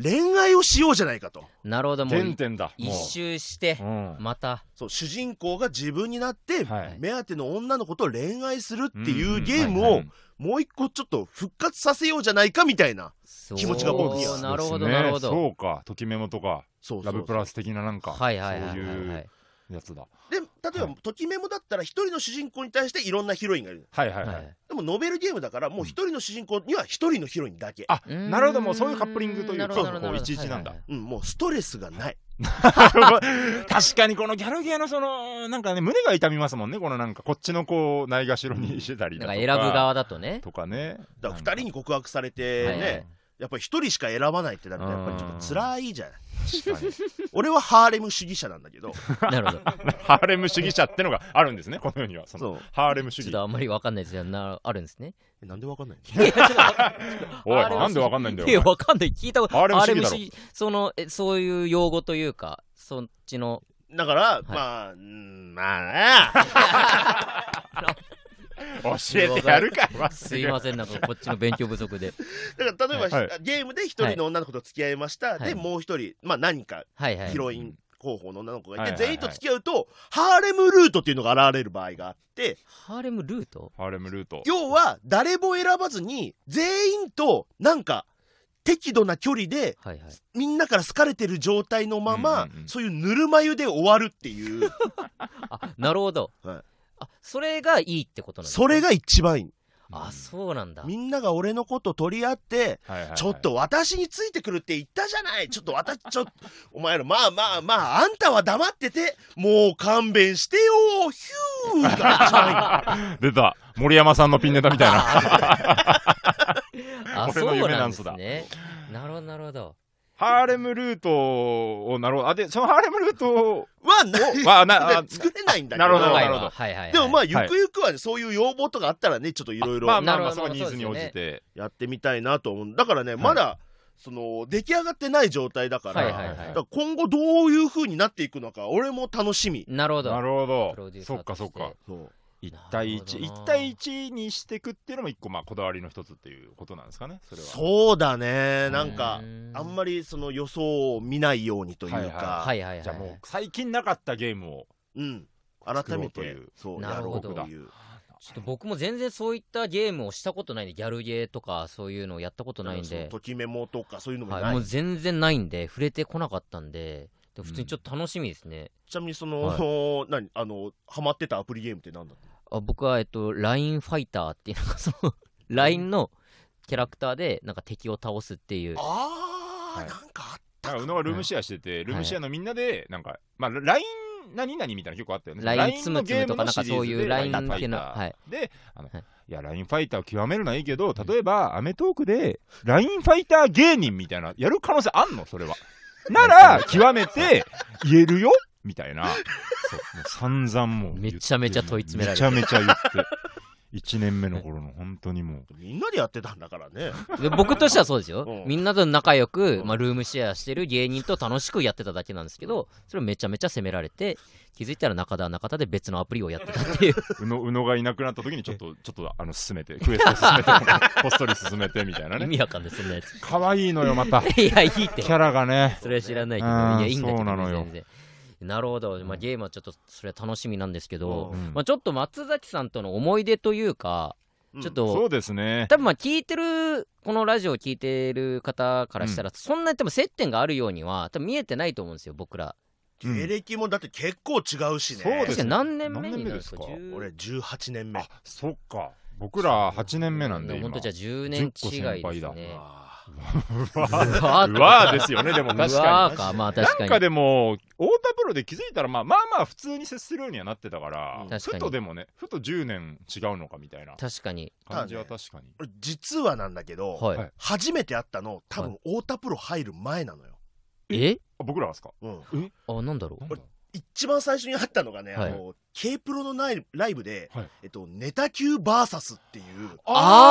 Speaker 4: 恋愛をしようじゃないかと、
Speaker 1: なるほど、も
Speaker 2: 原
Speaker 1: う
Speaker 2: 点だ。も
Speaker 1: 一
Speaker 2: う
Speaker 1: 周して
Speaker 2: う、ん。
Speaker 1: また。
Speaker 4: そう主人公が自分になって、
Speaker 2: はい
Speaker 4: 目当ての女の子と恋愛するって
Speaker 2: ん
Speaker 4: いううんゲーム
Speaker 2: はい
Speaker 4: を
Speaker 2: はい
Speaker 4: もう一個ちょっと復活させようじゃないかみたいな気持ちが僕には
Speaker 1: そうなるほ
Speaker 2: そ
Speaker 1: ど
Speaker 2: うですね
Speaker 1: なるほど。
Speaker 2: そうか、ときメモとか、
Speaker 4: そうそ
Speaker 2: ラ
Speaker 4: うそ
Speaker 2: ブ
Speaker 4: う
Speaker 2: プラス的ななんか、
Speaker 1: はいはいはい
Speaker 2: そう
Speaker 1: はい
Speaker 2: い
Speaker 1: は
Speaker 2: う
Speaker 1: い。
Speaker 2: やつだ。
Speaker 4: で例えば、
Speaker 2: はい
Speaker 4: ときメモだったら一人の主人公に対していろんなヒロインがいる
Speaker 2: はいはい
Speaker 1: は
Speaker 2: はい。
Speaker 1: い
Speaker 4: でもノベルゲームだからもう一人の主人公には一人のヒロインだけ、
Speaker 2: あ、
Speaker 1: うーん
Speaker 2: なるほど、もうそういうカップリングとい
Speaker 1: な
Speaker 2: う
Speaker 1: る
Speaker 2: か、
Speaker 1: ほど
Speaker 2: そうか
Speaker 1: な
Speaker 2: こう、
Speaker 1: る
Speaker 2: い
Speaker 1: ほど
Speaker 2: ちいちなんだ
Speaker 1: はい。
Speaker 4: うん、もうストレスがない
Speaker 2: 確かにこのギャルゲーのその、なんかね、胸が痛みますもんね、このなんか、こっちのこう、ないがしろにしてたり
Speaker 1: な
Speaker 2: だ
Speaker 1: ん
Speaker 2: と
Speaker 1: か
Speaker 2: か。
Speaker 1: 選ぶ側だとね。
Speaker 2: とかね。
Speaker 4: だから二人に告白されてね、
Speaker 1: はいはい
Speaker 4: やっぱり一人しか選ばないってなるとやっぱりちょっと辛いじゃない、
Speaker 2: 確かに
Speaker 4: 俺はハーレム主義者なんだけど、
Speaker 1: なる ほど。
Speaker 2: ハーレム主義者ってのがあるんですねこの世にはその
Speaker 4: そう。
Speaker 2: ハーレム
Speaker 1: ち
Speaker 2: 主
Speaker 1: ょっ
Speaker 2: 義
Speaker 1: とあんまりわかんないですよ。なあるんですね。
Speaker 4: えなんでわかんない
Speaker 1: いやちょっと
Speaker 2: おい
Speaker 1: ハーレム主義
Speaker 2: なんでわかんないんだ
Speaker 1: いや
Speaker 2: よ
Speaker 1: わかんない。聞いたこと
Speaker 2: ハーレム主義だ
Speaker 1: ハ
Speaker 2: ろ
Speaker 1: 義そのえ、そういう用語というか、そっちの。
Speaker 4: の だから、まあ、うんまあね、
Speaker 2: お前教えてやるかわ
Speaker 1: すいません、なんかこっちの勉強不足で。
Speaker 4: だから例えば、
Speaker 2: はいは
Speaker 4: ゲームで一人の女の子と付き合いました、
Speaker 1: はい
Speaker 4: でもう一人、まあ、何か
Speaker 1: はいはい
Speaker 4: ヒ。ロイン候補の女の子がいて、
Speaker 2: はいはいはい
Speaker 4: 全員と付き合うとハーレムルートっていうのが現れる場合があって
Speaker 1: ハーレムルート
Speaker 2: ハーレムルート
Speaker 4: 要は誰も選ばずに全員となんか適度な距離で
Speaker 1: はいはい。
Speaker 4: みんなから好かれてる状態のまま、
Speaker 2: うんうんうん
Speaker 4: そういうぬるま湯で終わるっていう
Speaker 1: あ、なるほど。
Speaker 4: はい
Speaker 1: あ、それがいいってことなんですね
Speaker 4: それが一番いい
Speaker 1: あ、そうなんだ。
Speaker 4: みんなが俺のこと取り合って
Speaker 2: はいはいはい
Speaker 4: ちょっと私についてくるって言ったじゃないちょっと私、ちょっと、お前ら、まあまあまあ、あんたは黙ってて、もう勘弁してよヒュー が一番いい
Speaker 2: 出た森山さんのピンネタみたいな
Speaker 1: あ、
Speaker 2: 俺
Speaker 1: そ
Speaker 2: の
Speaker 1: う
Speaker 2: 夢
Speaker 1: な
Speaker 2: なんん
Speaker 1: ですす
Speaker 2: だ
Speaker 1: ね。なるほど、なるほど。
Speaker 2: ハーレムルートを、なるほど。あ、で、そのハーレムルート
Speaker 4: はな
Speaker 2: を、 は、な、あ
Speaker 4: で作れないんだけ
Speaker 2: な
Speaker 4: ど。
Speaker 2: るほど
Speaker 1: 長
Speaker 2: ないるほ
Speaker 1: わ
Speaker 2: ど
Speaker 1: はいはいはい。
Speaker 4: でもま
Speaker 1: あ、
Speaker 4: あ、ゆくゆくはね、そういう要望とかあったらね、ちょっといろいろ
Speaker 2: まあまあ
Speaker 1: なる
Speaker 2: ま
Speaker 1: ほ
Speaker 2: あ、
Speaker 1: ど
Speaker 2: そこはニーズに応じて。
Speaker 4: やってみたいなと思う。だからね、
Speaker 2: い
Speaker 4: まだ、その、出来上がってない状態だから、
Speaker 1: はい
Speaker 4: だ
Speaker 1: はい
Speaker 2: だ
Speaker 1: は
Speaker 2: か
Speaker 1: い
Speaker 4: から。今後どういう風になっていくのか、俺も楽しみ。
Speaker 1: なるほど。
Speaker 2: なる
Speaker 1: プロ
Speaker 2: ほ
Speaker 1: デュ
Speaker 2: ど。
Speaker 1: ーサ
Speaker 2: そ
Speaker 1: ー
Speaker 2: っか
Speaker 1: として
Speaker 2: そっか。
Speaker 4: そう
Speaker 2: 1対1。
Speaker 1: なるほどな
Speaker 2: 1対1にしていくっていうのも一個、まあ、こだわりの一つっていうことなんですかね。それは。
Speaker 4: そうだね、なんか
Speaker 1: う、ー
Speaker 4: あんまりその予想を見ないようにというか、
Speaker 2: はいは
Speaker 1: はいはいはい。
Speaker 2: じゃあもう、最近なかったゲームを。
Speaker 4: うん、改め
Speaker 2: 作ろうとい
Speaker 4: て
Speaker 2: う
Speaker 4: そう
Speaker 1: な
Speaker 4: や
Speaker 1: る
Speaker 4: ろ
Speaker 1: ほ
Speaker 4: う
Speaker 1: ど
Speaker 4: という
Speaker 1: ちょっと僕も全然そういったゲームをしたことないんで、ギャルゲーとかそういうのをやったことないん
Speaker 4: その
Speaker 1: で、
Speaker 4: ときメモとかそういうのもない、
Speaker 1: はい、もう全然ないんで、触れてこなかったんで、で普通にちょっと楽しみですね。
Speaker 4: ちなみにその、
Speaker 1: はい
Speaker 4: 何あのハマってたアプリゲームって何だった
Speaker 1: あ僕は、えっと、LINE ファイターっていう、なんかその、LINE のキャラクターで、なんか敵を倒すっていう。
Speaker 4: あー、
Speaker 2: はい
Speaker 4: なんかあっ
Speaker 2: なんか、宇野がルームシェアしてて、ルームシェアのみんなで、なんか、まあ、LINE 何々みたいなの結構あったよね。
Speaker 1: ラインつむつむとか、なんかそういうライン
Speaker 2: ファ
Speaker 1: 系
Speaker 2: イタ
Speaker 1: の、
Speaker 2: ー
Speaker 1: はい。
Speaker 2: で、あの、
Speaker 1: はい
Speaker 2: い、や、ラインファイターを極めるのはいいけど、例えば、アメトーークで、ラインファイター芸人みたいな、やる可能性あんのそれは。なら、極めて、言えるよみたいな。そう、もう散々もう言って。
Speaker 1: めちゃめちゃ問い詰められて
Speaker 2: めちゃめちゃ言って。1年目の頃の本当にもう。
Speaker 4: たみんなでやってたんだからね
Speaker 1: で僕としてはそうですよ、
Speaker 4: うん
Speaker 1: みんなと仲良く
Speaker 4: う、ん
Speaker 1: まあ、ルームシェアしてる芸人と楽しくやってただけなんですけどそれをめちゃめちゃ責められて気づいたら中田は中田で別のアプリをやってたっていう
Speaker 2: 宇野宇野がいなくなった時にちょっと、ちょっとあの、進めて、クエスト進 めて、こっそり進めてみたいな
Speaker 1: 意
Speaker 2: ね。
Speaker 1: 味わかんないそんなやつ
Speaker 2: 可愛いのよ、また。キ
Speaker 1: いやいいって
Speaker 2: ャラがね。
Speaker 1: それは知らないけどい
Speaker 2: うん
Speaker 1: やいいんだけど、
Speaker 2: そうなのよ
Speaker 1: 全然なるほど、まあ、ゲームはちょっとそれは楽しみなんですけど、
Speaker 2: うん
Speaker 1: まあ、ちょっと松崎さんとの思い出というか、
Speaker 4: うん
Speaker 1: ちょっと
Speaker 2: そうですね。
Speaker 1: 多分まあ聞いてるこのラジオを聞いてる方からしたら、そんなに多分接点があるようには多分見えてないと思うんですよ僕ら
Speaker 2: うん
Speaker 4: 芸歴もだって結構違うしね
Speaker 2: そうです
Speaker 1: 確かに何年目になるんですか
Speaker 2: 何年目です
Speaker 1: 10
Speaker 2: か
Speaker 4: 俺18年目
Speaker 2: あそっか僕ら8年目なんで今
Speaker 1: 本当じゃあ10年違いです
Speaker 2: 10個
Speaker 1: ね。
Speaker 4: あー
Speaker 2: うわ
Speaker 1: うわ
Speaker 2: うわですよねでも確
Speaker 1: うわ
Speaker 2: か
Speaker 1: ーか、まあ確
Speaker 2: に
Speaker 1: か
Speaker 2: なん
Speaker 1: に。
Speaker 2: かでも太田プロで気づいたらまあまあまあ普通に接するようにはなってたから
Speaker 4: うん
Speaker 1: 確かに
Speaker 2: ふとでもねふと10年違うのかみたいな
Speaker 1: 確かに。
Speaker 2: 感じは確かに
Speaker 4: 俺実はなんだけど、
Speaker 1: はい。
Speaker 2: はい
Speaker 4: 初めて会ったの多分太田プロ入る前なのよ、
Speaker 1: え
Speaker 2: あ僕らですか
Speaker 4: うん、
Speaker 1: あ、なんだろう。
Speaker 2: なんだ
Speaker 4: 一番最初に会ったのがね、
Speaker 1: はい
Speaker 4: あの K プロのライブライブで、
Speaker 2: はい
Speaker 4: えっと、ネタ級 VS っていう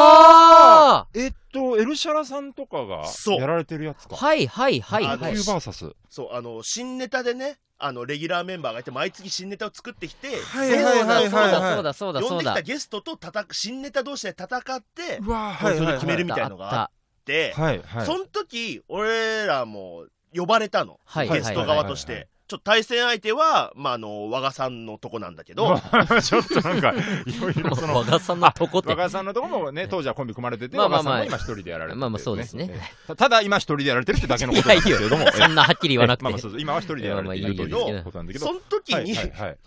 Speaker 2: あ
Speaker 1: あ
Speaker 2: ーえっとエルシャラさんとかが
Speaker 4: そう
Speaker 2: やられてるやつ
Speaker 1: あ
Speaker 2: か
Speaker 1: はいはいはい
Speaker 4: あ
Speaker 2: 野
Speaker 1: はい
Speaker 2: 球。バーサス
Speaker 4: そう、あの、新ネタでね、あの、レギュラーメンバーがいて、毎月新ネタを作ってきて、
Speaker 2: はい
Speaker 1: そう
Speaker 2: はいは
Speaker 1: だ
Speaker 2: い
Speaker 1: そうだ
Speaker 2: は
Speaker 1: そう
Speaker 2: い
Speaker 1: だそうだ
Speaker 4: 呼
Speaker 1: そ
Speaker 4: ん
Speaker 1: う
Speaker 4: でき
Speaker 1: だ
Speaker 4: た。ゲストと戦新ネタ同士で戦って、
Speaker 2: うわー
Speaker 4: 投票で決めるみたい
Speaker 1: あ
Speaker 4: の
Speaker 1: った
Speaker 4: があ
Speaker 1: あ
Speaker 4: っ、
Speaker 1: って
Speaker 2: はいはい
Speaker 4: その時、俺らも呼ばれたの。
Speaker 1: はい
Speaker 4: ゲスト側とし
Speaker 2: はいはいはいはい
Speaker 4: て。ちょっと対戦相手は、まあ、あの、和賀さんのとこなんだけど、
Speaker 2: ちょっとなんかいろいろそ
Speaker 1: た。
Speaker 2: の
Speaker 1: 和賀さんのとこって
Speaker 2: 若。井さんのとこもね、当時はコンビ組まれてて、
Speaker 1: まあまあ
Speaker 2: 若
Speaker 1: まあ
Speaker 2: 井さんも今一人でやられてる
Speaker 1: まあまあそうですね。
Speaker 2: たただ今一人でやられてるってだけの
Speaker 1: い
Speaker 2: こと
Speaker 1: や
Speaker 2: ないんですけれども。
Speaker 1: や、そんなはっきり言わなく
Speaker 2: まあまあ
Speaker 1: て
Speaker 2: そ。うです今は一人でやられているということなんだけど。
Speaker 4: その時に、
Speaker 2: はいはいはい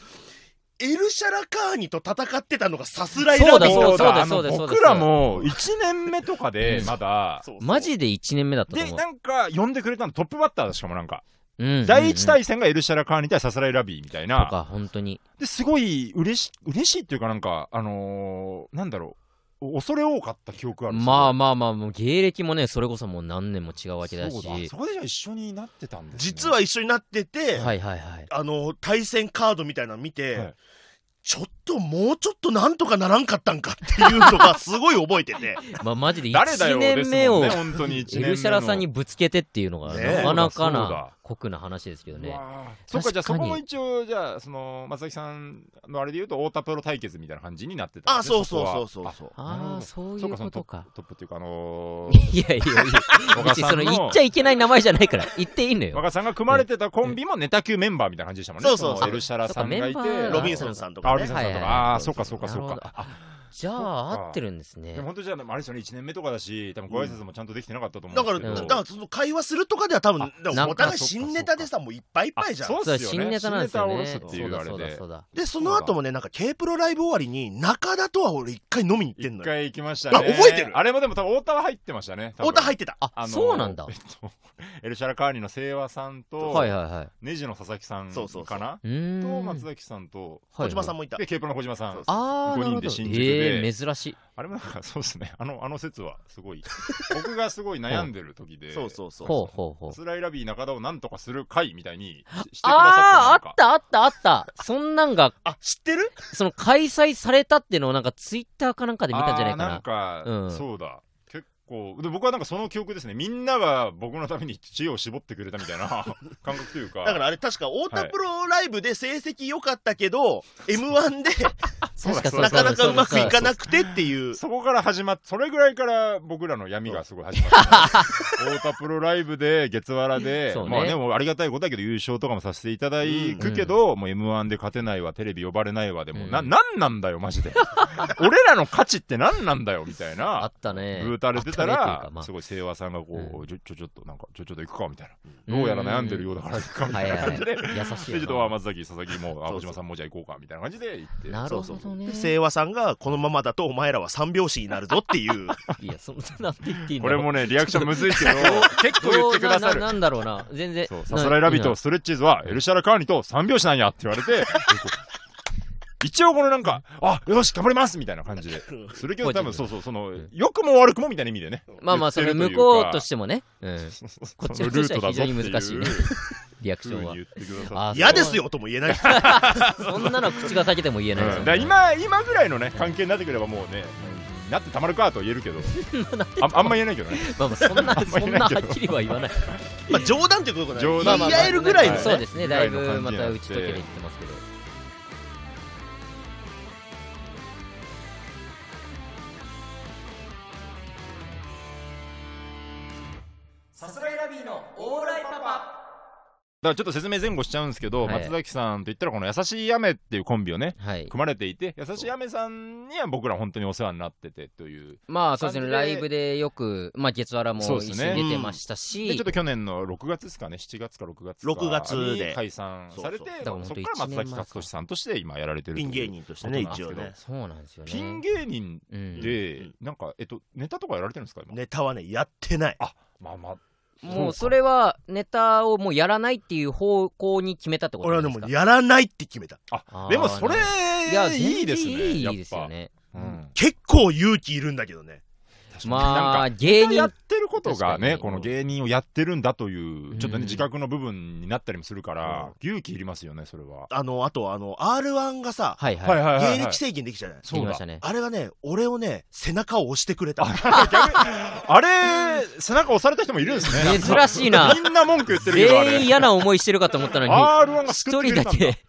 Speaker 4: エルシャラカーニと戦ってたのがさすらい
Speaker 1: そうだ
Speaker 4: ラビー
Speaker 1: そうだ
Speaker 2: あの
Speaker 1: そうだそうだ
Speaker 2: 僕らも1年目とかでま だ、
Speaker 4: そうそう
Speaker 1: マジで1年目だったと
Speaker 2: で、
Speaker 1: 思う
Speaker 2: なんか呼んでくれたのトップバッターだしかもなんか、
Speaker 1: うんうんうん。
Speaker 2: 第1
Speaker 1: と
Speaker 2: 対戦がエルシャラカーニ対サスライラビーみたいな、
Speaker 1: か、本当に。
Speaker 2: ですごい嬉し嬉しいっていうかなんか、あのーなんだろう。恐れ多かった記憶ある
Speaker 1: まあまあまあ、もう芸歴もね、それこそもう何年も違うわけだし。
Speaker 2: そうだそこでじゃあ一緒になってたんです、ね、
Speaker 4: 実は一緒になってて、
Speaker 1: はいはいはい。
Speaker 4: あの、対戦カードみたいなの見て、
Speaker 2: はい
Speaker 4: ちょっともうちょっとなんとかならんかったんかっていうのがすごい覚えて て。
Speaker 1: まあマジで
Speaker 2: 誰だ
Speaker 1: 1
Speaker 2: よ
Speaker 1: 年目を、
Speaker 2: で
Speaker 1: エ
Speaker 2: すもんね本当に一年目の
Speaker 1: ルシャラさんにぶつけてっていうのが、
Speaker 4: ねえ
Speaker 1: なかなか
Speaker 2: そうだそう
Speaker 1: な
Speaker 2: だ
Speaker 1: 酷な話ですけどね。
Speaker 2: わあそっかじゃあそ
Speaker 1: 確か
Speaker 2: こ
Speaker 1: に
Speaker 2: も一応じゃあその松崎さんのあれで言うと太田プロ対決みたいな感じになってたん
Speaker 4: あ、
Speaker 2: ですね、
Speaker 4: そうそうそ
Speaker 2: そ
Speaker 4: うそうそう。
Speaker 2: なるほ
Speaker 1: ああ、
Speaker 2: ど
Speaker 1: そういう
Speaker 2: こはあそ
Speaker 1: こ
Speaker 2: うかそ
Speaker 1: と
Speaker 2: のトッ
Speaker 1: か
Speaker 2: プ。トップっていうかあのー
Speaker 1: いやいやいや、
Speaker 2: 若
Speaker 1: 別
Speaker 2: さん
Speaker 1: に
Speaker 2: の
Speaker 1: その言っちゃいけない名前じゃないから、言っていいのよ。
Speaker 2: 若さんが組まれてたコンビもネタ級メンバーみたいな感じでしたもんね。
Speaker 4: そうそうそう
Speaker 2: のエルシャラさんがいて
Speaker 1: そっかメンバ、ー
Speaker 4: ロビンソンさんと
Speaker 2: あ
Speaker 4: か
Speaker 2: ロビ
Speaker 4: ね
Speaker 2: ンソン。さんと
Speaker 1: はい
Speaker 2: か、
Speaker 1: はい
Speaker 2: ああ、そうかそうかそう
Speaker 1: なるほ
Speaker 2: か
Speaker 1: ど。じゃあ、
Speaker 2: そっか
Speaker 1: 合ってるんですね
Speaker 2: でも。本当じゃあ、あれですよね、1年目とかだし、多分ご挨拶もちゃんとできてなかったと思
Speaker 4: だ
Speaker 2: う
Speaker 4: か
Speaker 2: ん
Speaker 4: ら、
Speaker 2: ですけど。
Speaker 1: うん
Speaker 4: だからその会話するとかでは多分、だから
Speaker 1: なんか
Speaker 4: お互い新ネタでさ、もういっぱいいっぱいじゃん
Speaker 2: あ。そうっすよね
Speaker 1: 新ネタなんですよね。
Speaker 2: 新ネタを下ろすっていうあれで
Speaker 1: そうだそうだそうだ。
Speaker 4: で、その後もね、なんか K プロライブ終わりに、中田とは俺一回飲みに行ってん
Speaker 2: 一
Speaker 4: のよ。
Speaker 2: 回行きましたね。
Speaker 4: あ覚えてる
Speaker 2: あれもでも多分太田は入ってましたね。多分
Speaker 4: 太田入ってた。
Speaker 1: あ、そうなんだ
Speaker 2: えっ。と、 エルシャラカーニの清和さんと、
Speaker 1: はいはいはい。
Speaker 2: ネジの佐々木さんかな
Speaker 4: そうそうそう
Speaker 1: うーん。
Speaker 2: と、松崎さんと、
Speaker 1: はい
Speaker 4: 小島さんもいた
Speaker 2: で、。ケープロの小島さ。
Speaker 4: そうん
Speaker 1: ああ、
Speaker 2: 五
Speaker 1: なるほ
Speaker 2: 人で
Speaker 1: ど。
Speaker 2: 新宿で
Speaker 1: ええ、珍しい。
Speaker 2: あれもなんか、そうですね。あ の、あの説は、すごい。 僕がすごい悩んでる時で、
Speaker 4: そうそうそう。
Speaker 1: ほうほうほう。
Speaker 2: スライラビー中田をなんとかする会みたいにししてくださ
Speaker 1: あ
Speaker 2: っ
Speaker 1: あ、あ
Speaker 2: た
Speaker 1: ったあったあった。そんなんが、
Speaker 4: あ、知ってる
Speaker 1: その開催されたっていうのをなんかツイッターかなんかで見たんじゃないか
Speaker 2: あー
Speaker 1: な。
Speaker 2: んか、
Speaker 1: うん
Speaker 2: そうだ。結構、で僕はなんかその記憶ですね。みんなが僕のために知恵を絞ってくれたみたいな 感覚というか。
Speaker 4: だからあれ確か太田プロライブで成績良かったけど、M1 で
Speaker 2: そうだ
Speaker 1: 確かそうだ
Speaker 4: なかなかうまくいか
Speaker 1: い。
Speaker 4: なくてっていう。
Speaker 2: そこから始まっそれぐらいから僕らの闇がすごい始 まった。太田プロライブで、月わらで、
Speaker 1: そうね
Speaker 2: まあでもありがたいことだけど優勝とかもさせていただくけど、もう M1 で勝てないわ、テレビ呼ばれないわでも、
Speaker 1: うん
Speaker 2: な、なんなんだよ、マジで。 俺らの価値ってなんなんだよ、みたい
Speaker 1: あ
Speaker 2: な
Speaker 1: っ。たね。
Speaker 2: ブータれてた
Speaker 1: あっね
Speaker 2: ら
Speaker 1: というか、まあ
Speaker 2: すごい清和さんがこう、
Speaker 1: う
Speaker 2: ちょちょちょっとなんかちょちょっと行くかみたいな、どうやら悩んでるようだから行くかみたいな感じで、
Speaker 1: はいはいはい優しいよな
Speaker 2: でちょっとあ松崎佐々木もあ
Speaker 4: そうそう
Speaker 2: 小島さんもじゃあ行こうかみたいな感じで行って
Speaker 1: なるほ
Speaker 4: そうそ
Speaker 1: どね。
Speaker 4: で清和さんがこのままだとお前らは三拍子になるぞっていう。
Speaker 1: いや、そんなんて言っていいの
Speaker 2: これもねリアクションむずい けど結構言ってくださ
Speaker 1: なな
Speaker 2: る
Speaker 1: なんだろうな。全然。
Speaker 2: そうさすらいラビットストレッチーズはエルシャラカーニと三拍子なんやって言わ れて一応このなんかあよし頑張りますみたいな感じでそれけど多分そうそうその良くも悪くもみたいな意味でね
Speaker 1: まあまあ、そ
Speaker 2: 言
Speaker 1: れ
Speaker 2: ってる
Speaker 1: 向
Speaker 2: いうか
Speaker 1: こうとしてもね。うん。こっち
Speaker 2: そのルートだぞっていう
Speaker 1: こっちとしては非常に難しいねリアクシ
Speaker 2: 風
Speaker 1: ョン
Speaker 2: に
Speaker 1: は
Speaker 2: 言。ってくださって
Speaker 1: あー
Speaker 4: 嫌ですよとも言えない。
Speaker 1: そんなの口が裂けても言えないです
Speaker 2: うん
Speaker 1: よ
Speaker 2: だから
Speaker 1: ね。
Speaker 2: 今今ぐらいのね関係になってくればもうね、なってたまるかとは言え るけどああん ま言えないけどね
Speaker 1: まあまあ、そん な、
Speaker 2: ま
Speaker 1: そ
Speaker 2: 言
Speaker 1: ん
Speaker 2: え
Speaker 1: な
Speaker 2: な
Speaker 1: はい
Speaker 2: けど
Speaker 1: っきりは言わない。
Speaker 4: まあ冗談っていうことなんで
Speaker 2: 冗
Speaker 4: 言
Speaker 2: 談
Speaker 4: い合えるぐらいの
Speaker 2: まあま
Speaker 1: そう
Speaker 2: あまあ
Speaker 4: ね
Speaker 1: で。すね。だい
Speaker 2: ぐらい
Speaker 1: ぶ
Speaker 2: の
Speaker 1: ま
Speaker 2: 感じにな
Speaker 1: た
Speaker 2: っ
Speaker 1: 打
Speaker 2: て
Speaker 1: ち解けていってますけど。
Speaker 3: さすらいラビーのオーライパパ
Speaker 2: だからちょっと説明前後しちゃうんですけど、
Speaker 1: はい
Speaker 2: 松崎さんといったらこの「優しい雨」っていうコンビをね
Speaker 1: はい。
Speaker 2: 組まれていて優しい雨さんには僕ら本当にお世話になっててという
Speaker 1: まあ、そうですね。
Speaker 2: 感
Speaker 1: ラ
Speaker 2: じで
Speaker 1: イブでよく、まあ、月原も
Speaker 2: そう
Speaker 1: 一
Speaker 2: です
Speaker 1: 緒
Speaker 2: ね
Speaker 1: に出てましたし、
Speaker 2: でちょっと去年の6月ですかね7月か6月か
Speaker 4: 6月で
Speaker 2: に解散されて
Speaker 4: そう
Speaker 1: そう
Speaker 2: まあそこから松崎勝利さんとして今やられてる
Speaker 4: ピン芸人としてね、一応ね。
Speaker 1: そうなんですよね。
Speaker 2: ピン芸人
Speaker 1: うん
Speaker 2: で、
Speaker 4: うん
Speaker 2: なんかえっとネタとかやられてるんですか今、
Speaker 4: ネタはね、やってない。
Speaker 2: まあまあ
Speaker 1: もうそれはネタをもうやらないっていう方向に決めたってこと
Speaker 4: 俺
Speaker 1: なん
Speaker 4: はで
Speaker 1: です
Speaker 4: も
Speaker 1: か
Speaker 4: うやらないって決めた。
Speaker 2: あでもそれ
Speaker 1: あいや全然
Speaker 2: いいですね
Speaker 1: い
Speaker 2: やっ
Speaker 1: いです
Speaker 2: ぱ
Speaker 1: よね
Speaker 2: うん
Speaker 4: 結構勇気いるんだけどね。
Speaker 1: ま
Speaker 2: な
Speaker 1: あ
Speaker 2: んか
Speaker 1: 芸
Speaker 2: や
Speaker 1: 人
Speaker 2: ってることがね、
Speaker 1: 確か
Speaker 2: こ
Speaker 1: に
Speaker 2: の芸人をやってるんだという、ちょっと
Speaker 1: うん
Speaker 2: ね、自覚の部分になったりもするから、勇気いりますよね、それは。
Speaker 4: あの、あとあの、R1 がさ、
Speaker 1: はいはい
Speaker 2: は
Speaker 4: 芸歴制限できたじゃない。
Speaker 1: 言
Speaker 2: そ
Speaker 1: いうま
Speaker 2: だ
Speaker 1: し。たね
Speaker 4: あれはね、俺をね、背中を押してくれた。
Speaker 2: あれ、背中押された人もいるんですね。
Speaker 1: 珍しいな
Speaker 2: みんな文句言ってるけど、あ
Speaker 1: 全員
Speaker 2: れ。
Speaker 1: 嫌な思いしてるかと思った のに
Speaker 2: R1 が
Speaker 1: 一
Speaker 2: 救って
Speaker 1: 人
Speaker 2: くれ
Speaker 1: だ
Speaker 2: たんだ
Speaker 1: け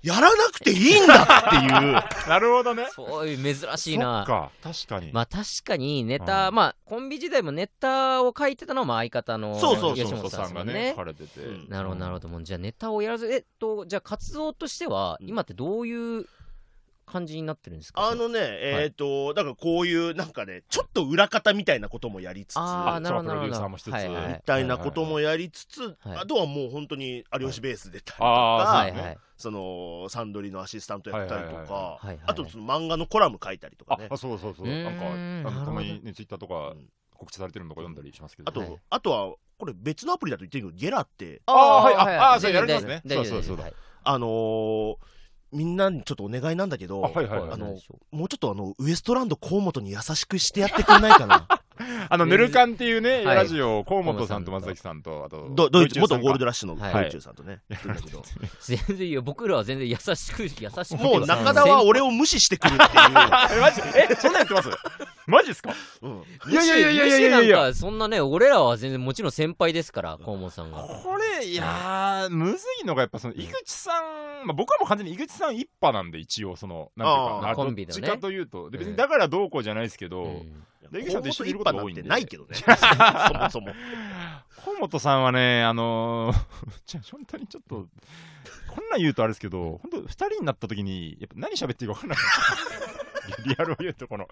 Speaker 4: やらなくていいんだっていう。
Speaker 2: なるほどね。
Speaker 1: そういう珍しい
Speaker 2: そっ
Speaker 1: な
Speaker 2: か、確かに。
Speaker 1: まあ確かにネタ、
Speaker 2: うん
Speaker 1: まあコンビ時代もネタを書いてたのはまあ相方の
Speaker 4: そうそうそ
Speaker 1: 吉
Speaker 4: う
Speaker 2: そうそう
Speaker 1: 本さんです
Speaker 2: さん
Speaker 1: も
Speaker 2: が
Speaker 1: んね
Speaker 2: ね、書かれてて
Speaker 4: う。ん
Speaker 1: なるほどなるほどもうじゃあネタをやらずえっとじゃあ活動としては
Speaker 4: うん
Speaker 1: 今ってどういう感じになってるんですか
Speaker 4: あのね、えっ、と、だからこういう、なんかね、ちょっと裏方みたいなこともやりつつ、
Speaker 1: あー
Speaker 4: み
Speaker 1: なるほどな
Speaker 2: その
Speaker 1: るほど
Speaker 2: プロデューサーも一つ。
Speaker 1: はいはいはい
Speaker 4: たいなこともやりつつ、
Speaker 1: はい
Speaker 4: あとはもう本当に有吉ベース出たりとか、
Speaker 2: あ
Speaker 1: はい
Speaker 2: ーそう
Speaker 1: はい
Speaker 2: ね
Speaker 4: その、サンドリのアシスタントやったり
Speaker 2: は
Speaker 4: と
Speaker 2: いはい
Speaker 4: か
Speaker 1: はいはいはいはい、
Speaker 4: あとその漫画のコラム書いたりとか
Speaker 2: あ
Speaker 4: ね。
Speaker 2: あ、そうそうそう。
Speaker 1: うーん
Speaker 2: なんか、
Speaker 1: なるほ
Speaker 2: あ
Speaker 1: ど
Speaker 2: のたまにね、ツイッターとか
Speaker 4: うん
Speaker 2: 告知されてるのとか読んだりしますけど。
Speaker 4: あと、
Speaker 1: はい
Speaker 4: あとは、これ別のアプリだと言ってるけど、ゲラって、
Speaker 2: あーはいああー
Speaker 1: 全然
Speaker 2: そうやられてますね
Speaker 1: 大丈夫
Speaker 2: そうそうそうだ
Speaker 1: 大丈夫
Speaker 4: あのーみんなにちょっとお願いなんだけど、
Speaker 2: あはいはいはい
Speaker 4: あ
Speaker 1: なん
Speaker 4: の
Speaker 1: でしょ
Speaker 4: もうちょっとあの、ウエストランド河本に優しくしてやってくれないかな。
Speaker 2: あの、ぬるかんっていうね、
Speaker 1: はい
Speaker 2: ラジオ、河本さんと松崎さんと、あと、
Speaker 4: どドイツ、
Speaker 2: ドイチューさ
Speaker 4: 元
Speaker 2: んか
Speaker 4: ゴールドラッシュの
Speaker 1: はい
Speaker 4: ドイチューさんとね。だけど
Speaker 1: う全然いや僕らは全然優しく優しく
Speaker 4: もう中田は俺を無視してくるっていう。
Speaker 2: あ、マジえ、そんなんやってますマジっすか
Speaker 4: うん
Speaker 2: いやいやいやいやいやいやい
Speaker 1: なん
Speaker 2: や。
Speaker 1: かそんなね俺らは全然もちろん先輩ですから河本さんが
Speaker 2: これ、いやー、むずいのが、やっぱその、井口さん、まあ、僕はもう完全に井口さん一派なんで、一応、その、なんていうか
Speaker 4: あ
Speaker 2: な、
Speaker 1: ーコンビ
Speaker 2: ど
Speaker 1: だ
Speaker 2: っ
Speaker 1: ね
Speaker 2: ちかというと、で別
Speaker 1: う
Speaker 2: に
Speaker 1: ん
Speaker 2: だからどうこうじゃないですけど、
Speaker 1: うん
Speaker 2: できる人と一緒にいることが多いんで
Speaker 4: 河本一派なんてないけどね。そもそも。
Speaker 2: 河本さんはね、あのー、 じゃあ本当にちょっと、こんなん言うとあれですけど、本当、2人になった時に、やっぱ何喋っていいか分からない。リアルを言うと、この、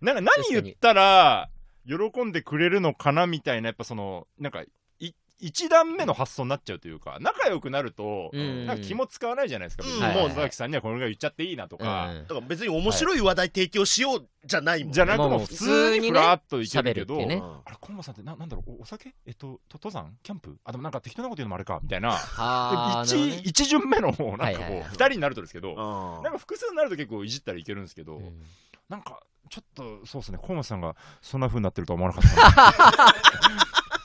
Speaker 2: なんか何言ったら、喜んでくれるのかなみたいな、やっぱその、なんか、い一段目の発想になっちゃうというか、仲良くなると、
Speaker 1: うん
Speaker 2: なんか気も使わないじゃないですか、
Speaker 4: うん
Speaker 2: 別に
Speaker 1: はい
Speaker 2: もう佐々木さんにはこれが言っちゃっていいなとか、
Speaker 1: うん
Speaker 4: だから別に面白い話題提供しようじゃないもん。
Speaker 2: じゃなく
Speaker 1: まあ
Speaker 2: も
Speaker 1: ま
Speaker 2: う
Speaker 1: あ
Speaker 2: 普通にふらっといけるけど、
Speaker 1: 喋るってね
Speaker 2: あれ、河本さんってな、なんだろう、おお酒えっと、と登山キャンプあ、でもなんか適当なこと言うのもあれか、みたいな。
Speaker 1: は あなるほど
Speaker 2: 一
Speaker 1: ね
Speaker 2: 一巡目のもうなんか
Speaker 1: はいはい
Speaker 2: こ
Speaker 1: は
Speaker 2: う
Speaker 1: い
Speaker 2: 二人になるとですけ
Speaker 4: う
Speaker 2: ど
Speaker 4: んあ
Speaker 2: なんか複数になると結構いじったらいけるんですけど
Speaker 1: うん
Speaker 2: なんかちょっとそうですね河本さんがそんな風になってるとは思わなかった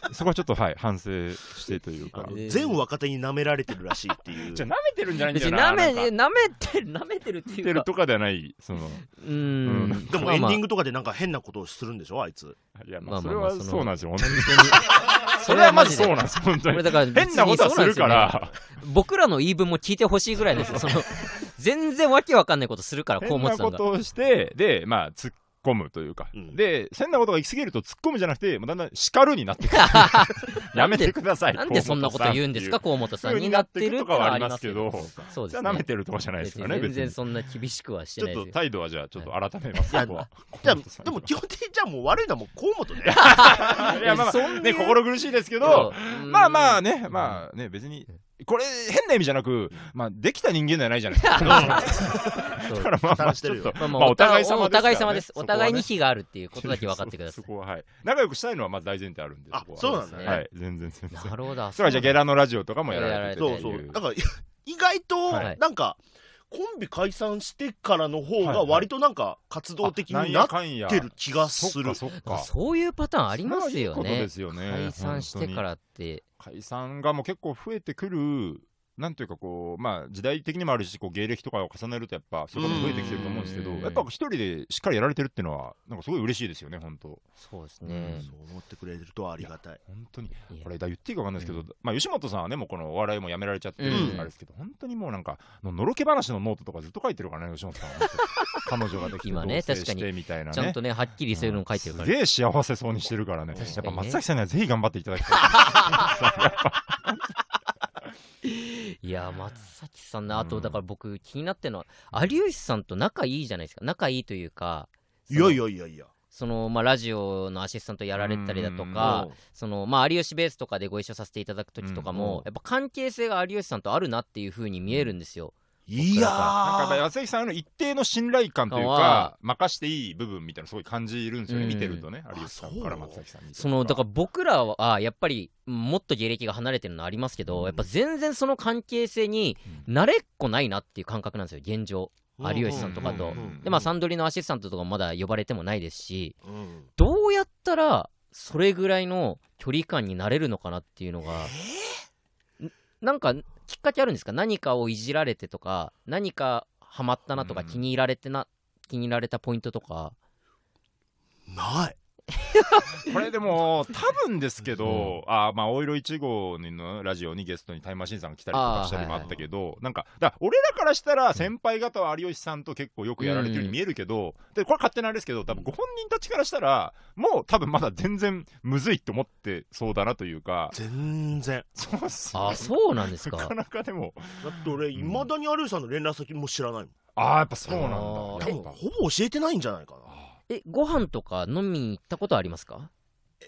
Speaker 2: のでそこはちょっとはい反省してというか
Speaker 1: あえ
Speaker 4: ー全若手に舐められてるらしいっていう。
Speaker 2: じゃあ舐めてるんじゃないんだ
Speaker 1: 別
Speaker 2: よ
Speaker 1: に
Speaker 2: な
Speaker 1: 舐め
Speaker 2: なんか舐
Speaker 1: 舐めてる舐めてるって
Speaker 2: め
Speaker 1: い
Speaker 2: て
Speaker 1: う
Speaker 2: る
Speaker 1: か
Speaker 2: とかではないその
Speaker 1: う
Speaker 2: うんん
Speaker 4: でもエンディ
Speaker 1: グ
Speaker 4: ングとかでなんか変なことをするんでしょあいつ。
Speaker 2: いやま
Speaker 1: ま
Speaker 2: あ
Speaker 1: あ
Speaker 2: そ
Speaker 1: ま
Speaker 2: れ
Speaker 1: あまあ
Speaker 2: はそうなんです よ本当に
Speaker 1: そ
Speaker 2: それ
Speaker 1: れ
Speaker 2: は
Speaker 1: は
Speaker 2: ま
Speaker 1: マ
Speaker 2: ず
Speaker 1: ジ
Speaker 2: そ
Speaker 1: で
Speaker 2: うなんです本当
Speaker 1: これ
Speaker 2: に
Speaker 1: だから
Speaker 2: 変なことはするから
Speaker 1: 別にそうなんですよね僕らの言い分も聞いてほしいぐらいですよその全然わけわかんないことするから河
Speaker 2: 変
Speaker 1: 本
Speaker 2: な
Speaker 1: さん
Speaker 2: こ
Speaker 1: が
Speaker 2: とをしてでまあ突っ込むというか、
Speaker 4: うん
Speaker 2: で変なことが行き過ぎると突っ込むじゃなくてもうだんだん叱るになっ てくるやめてください
Speaker 1: なんでそんなこと言うんですか
Speaker 2: こ
Speaker 1: 河本
Speaker 2: う
Speaker 1: さ
Speaker 2: いうん風に
Speaker 1: に
Speaker 2: な
Speaker 1: な
Speaker 2: っ
Speaker 1: ってて
Speaker 2: く
Speaker 1: る
Speaker 2: と
Speaker 1: と
Speaker 2: か
Speaker 1: か
Speaker 2: は
Speaker 1: は
Speaker 2: あ
Speaker 1: あり
Speaker 2: りま
Speaker 1: ますす
Speaker 2: け
Speaker 1: け
Speaker 2: ど
Speaker 1: どそうで
Speaker 2: じ
Speaker 1: す
Speaker 2: ゃあ
Speaker 1: ね
Speaker 2: 舐めてるとかじゃないです
Speaker 1: 別に
Speaker 2: からね
Speaker 1: 全
Speaker 2: 別
Speaker 1: 然
Speaker 2: に
Speaker 1: そんな厳しくはし
Speaker 2: ち
Speaker 1: な
Speaker 2: ょ
Speaker 1: いで
Speaker 2: っと
Speaker 1: すよ
Speaker 2: 態度はじゃあちょっと改めます
Speaker 4: いや
Speaker 2: そこは
Speaker 4: じゃ
Speaker 2: 河
Speaker 4: あ、
Speaker 2: 本さん
Speaker 4: でも基本的にじゃあもう悪いのはもう河本 ね。
Speaker 2: いやまあまあ
Speaker 1: そんな
Speaker 2: ね心苦しいですけ
Speaker 1: そ
Speaker 2: ど
Speaker 1: ううん
Speaker 2: まあまあねまあね別にこれ変な意味じゃなくまあできた人間ではないじゃ ないですか
Speaker 1: そう
Speaker 2: だからまあまあちょっと
Speaker 1: まあま
Speaker 2: まあ
Speaker 1: あ
Speaker 2: お互い様ですから
Speaker 1: お
Speaker 2: ね
Speaker 1: 互い様です
Speaker 2: そこ
Speaker 1: お
Speaker 2: はね
Speaker 1: 互いに非があるっていうことだけ分かってくださ
Speaker 2: そこははい仲良くしたいのはまず大前提あるんで
Speaker 4: あ
Speaker 2: こは
Speaker 4: そうなんだ
Speaker 1: ね
Speaker 2: はい全然全然
Speaker 1: いなるほど
Speaker 2: それはじゃあゲ
Speaker 1: ラ
Speaker 2: ラのラジオとかもやられて
Speaker 1: や
Speaker 2: る
Speaker 1: ら
Speaker 4: そ
Speaker 1: れ
Speaker 4: う
Speaker 1: て
Speaker 4: そ
Speaker 1: る
Speaker 4: う。だから、意外と、
Speaker 1: はい
Speaker 4: なんか、コンビ解散してからの方
Speaker 2: はい
Speaker 4: が
Speaker 2: はい
Speaker 4: 割となんか活動的になっ
Speaker 2: って
Speaker 4: る気がする。
Speaker 2: そっかそっか
Speaker 1: そういうパターンありますよ
Speaker 2: それはいい
Speaker 1: ね
Speaker 2: ことですよね
Speaker 1: 解散してからって
Speaker 2: 本当に解散がもう結構増えてくるなんていうかこうまあ時代的にもあるしこう芸歴とかを重ねるとやっぱそういうこと増えてきてると思うんですけど
Speaker 1: うん
Speaker 2: やっぱ一人でしっかりやられてるっていうのはなんかすごい嬉しいですよね本当
Speaker 1: そうです
Speaker 4: うん
Speaker 1: ね
Speaker 4: そう思ってくれるとありがたい。
Speaker 2: 本当に
Speaker 1: いや
Speaker 2: これだ言っていいか分かんないですけど、まあ吉本さんはねもうこのお笑いもやめられちゃってる
Speaker 1: うん
Speaker 2: あれですけど、本当にもうなんかののろけ話のノートとかずっと書いてるからね吉本さんは本当に彼女ができて同
Speaker 1: 今ね
Speaker 2: 棲し
Speaker 1: 確か
Speaker 2: てみたいなね
Speaker 1: ちゃんとねはっきりそういうのも書いてるから
Speaker 2: すげえ幸せそうにしてるからね。
Speaker 1: 確
Speaker 2: や
Speaker 1: かにね
Speaker 2: っぱ松崎さんにはぜひ頑張っていただきたい。
Speaker 1: いやー松崎さんなあとだから僕気になってるのは有吉さんと仲いいじゃないですか仲いいというかそ
Speaker 4: い
Speaker 1: の
Speaker 4: やいやいやいや。
Speaker 1: そのまあラジオのアシスタントやられたりだとか
Speaker 4: うん
Speaker 1: そのまあ有吉ベースとかでご一緒させていただく時とか
Speaker 2: うんうん
Speaker 1: もやっぱ関係性が有吉さんとあるなっていう風に見えるんですよ
Speaker 4: い
Speaker 2: なんか
Speaker 4: や
Speaker 2: やっぱ
Speaker 4: ー。
Speaker 2: 松崎さんへの一定の信頼感というか
Speaker 1: あ、
Speaker 2: 任していい部分みたいなのすごい感じるんですよね。
Speaker 1: うん
Speaker 2: 見てるとね、有吉さんから
Speaker 4: あそう
Speaker 2: 松崎さんに。
Speaker 1: そのだから僕らはあやっぱりもっと芸歴が離れてるのありますけど、
Speaker 2: うん
Speaker 1: やっぱ全然その関係性に慣れっこないなっていう感覚なんですよ現状
Speaker 4: うん
Speaker 1: 有吉さんとかと
Speaker 4: うんうん
Speaker 1: でまあサンドリのアシスタントとかもまだ呼ばれてもないですし
Speaker 4: うん
Speaker 1: どうやったらそれぐらいの距離感になれるのかなっていうのが、んなんかきっかけあるんですか何かをいじられてとか何かハマったなとか
Speaker 2: うん
Speaker 1: 気に入られてな、気に入られたポイントとか
Speaker 4: ない。
Speaker 2: これでも、多分ですけど、あーまあ、おいろ1号のラジオにゲストにタイムマシーンさんが来たりとかしたりもあったけど、なんか、だから俺らからしたら、先輩方は有吉さんと結構よくやられてるように見えるけど、で、これ勝手なんですけど、多分ご本人たちからしたら、もう多分まだ全然むずいって思ってそうだなというか、
Speaker 4: 全然。
Speaker 2: そうっすね
Speaker 1: あそうなんです
Speaker 2: な
Speaker 1: か
Speaker 2: かなかでも、
Speaker 4: だって俺、いまだに有吉さんの連絡先も知らないもん。
Speaker 2: ああ、やっぱそうなん
Speaker 1: あ
Speaker 2: だ。
Speaker 1: ー
Speaker 4: 多
Speaker 2: やっ
Speaker 4: 分
Speaker 2: ぱ
Speaker 4: ほぼ教えてないんじゃないかな。
Speaker 1: えご飯とか飲みに行ったことありますか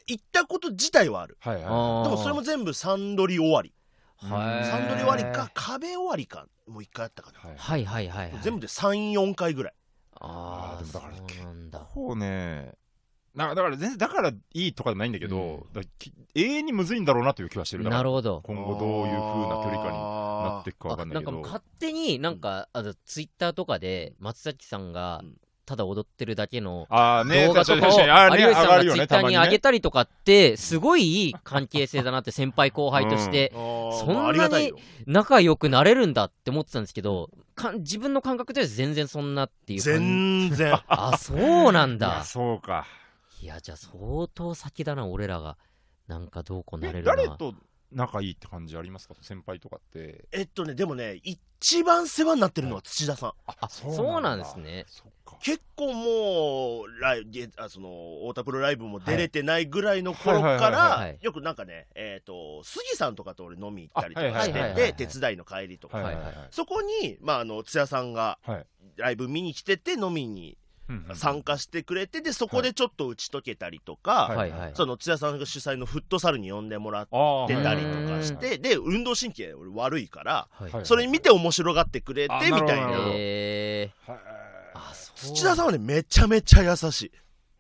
Speaker 4: 行ったこと自体はある。
Speaker 2: はいはい。
Speaker 1: あー
Speaker 4: でもそれも全部サンドリ終わり。
Speaker 1: はい
Speaker 4: サンドリ終わりか、壁終わりか、もう一回あったかな。
Speaker 2: はい
Speaker 1: はいはいはい、はい、
Speaker 4: 全部で3、4回ぐらい。
Speaker 1: ああ
Speaker 2: あーでもだから
Speaker 1: そうなんだ
Speaker 2: こうね、なだから全然だからいいとかじゃないんだけ
Speaker 1: うん
Speaker 2: ど、だからき永遠にむずいんだろうなという気はしてるだから
Speaker 1: なるほど
Speaker 2: 今後どういう風な距離感になってていくかわかんない
Speaker 1: ん
Speaker 2: け
Speaker 1: かも
Speaker 2: ど
Speaker 1: う勝手になんか、あのツイッターとかで松崎さんが
Speaker 4: うん
Speaker 1: ただ踊ってるだけの
Speaker 2: ああね
Speaker 1: 動画とか
Speaker 2: 確
Speaker 1: を
Speaker 2: にあーね
Speaker 1: 有吉さん
Speaker 2: 上が
Speaker 1: が
Speaker 2: る
Speaker 1: ツイ
Speaker 2: よね
Speaker 1: ッタ
Speaker 2: た
Speaker 1: ー
Speaker 2: ま
Speaker 1: に
Speaker 2: に
Speaker 1: 上げ
Speaker 2: ね
Speaker 1: たりとかってすごいいい関係性だなって 先輩後輩としてそんなに仲良くなれるんだって思ってたんですけどかん自分の感覚では全然そんなっていう感じ
Speaker 4: 全 然
Speaker 1: あそうなん
Speaker 2: いや
Speaker 1: だ
Speaker 2: そうか
Speaker 1: いやじゃあ相当先だな俺らがなんかどうこうなれ
Speaker 2: え
Speaker 1: るな
Speaker 2: 誰と仲いいって感じありますか先輩とかって
Speaker 4: えっとねでもね一番世話になってるのは土田さん
Speaker 1: あそうなんですね
Speaker 2: そっか
Speaker 4: 結構もうライブあその太田プロライブも出れてないぐらいの頃か
Speaker 2: はいは
Speaker 1: はい
Speaker 2: い
Speaker 1: は
Speaker 4: ら
Speaker 1: い
Speaker 4: よくなんかねえっ、と杉さんとかと俺飲み行ったりと
Speaker 2: あはい
Speaker 4: か
Speaker 2: はい
Speaker 4: し
Speaker 2: はい
Speaker 1: はい
Speaker 4: て
Speaker 1: はい
Speaker 4: て手伝いの帰りとか、
Speaker 2: はいはいはい
Speaker 1: はい
Speaker 4: そこにまああの津屋さんが
Speaker 2: はい
Speaker 4: ライブ見に来てて飲みに
Speaker 2: うんうん
Speaker 4: 参加してくれてでそこでちょっと打ち解けたりとか、
Speaker 2: はい
Speaker 1: はいはい
Speaker 4: その津屋さんが主催のフットサルに呼んでもらっ
Speaker 2: あー
Speaker 4: てたりとかし
Speaker 2: はい
Speaker 4: てで運動神経俺悪いから
Speaker 1: はい
Speaker 2: はい
Speaker 4: それ見て面白がってくれて
Speaker 2: あ
Speaker 4: みたい
Speaker 2: なるほど
Speaker 4: な
Speaker 2: なるほど
Speaker 1: えー
Speaker 2: はい
Speaker 1: あそう
Speaker 4: 土田さんはねめちゃめちゃ優しい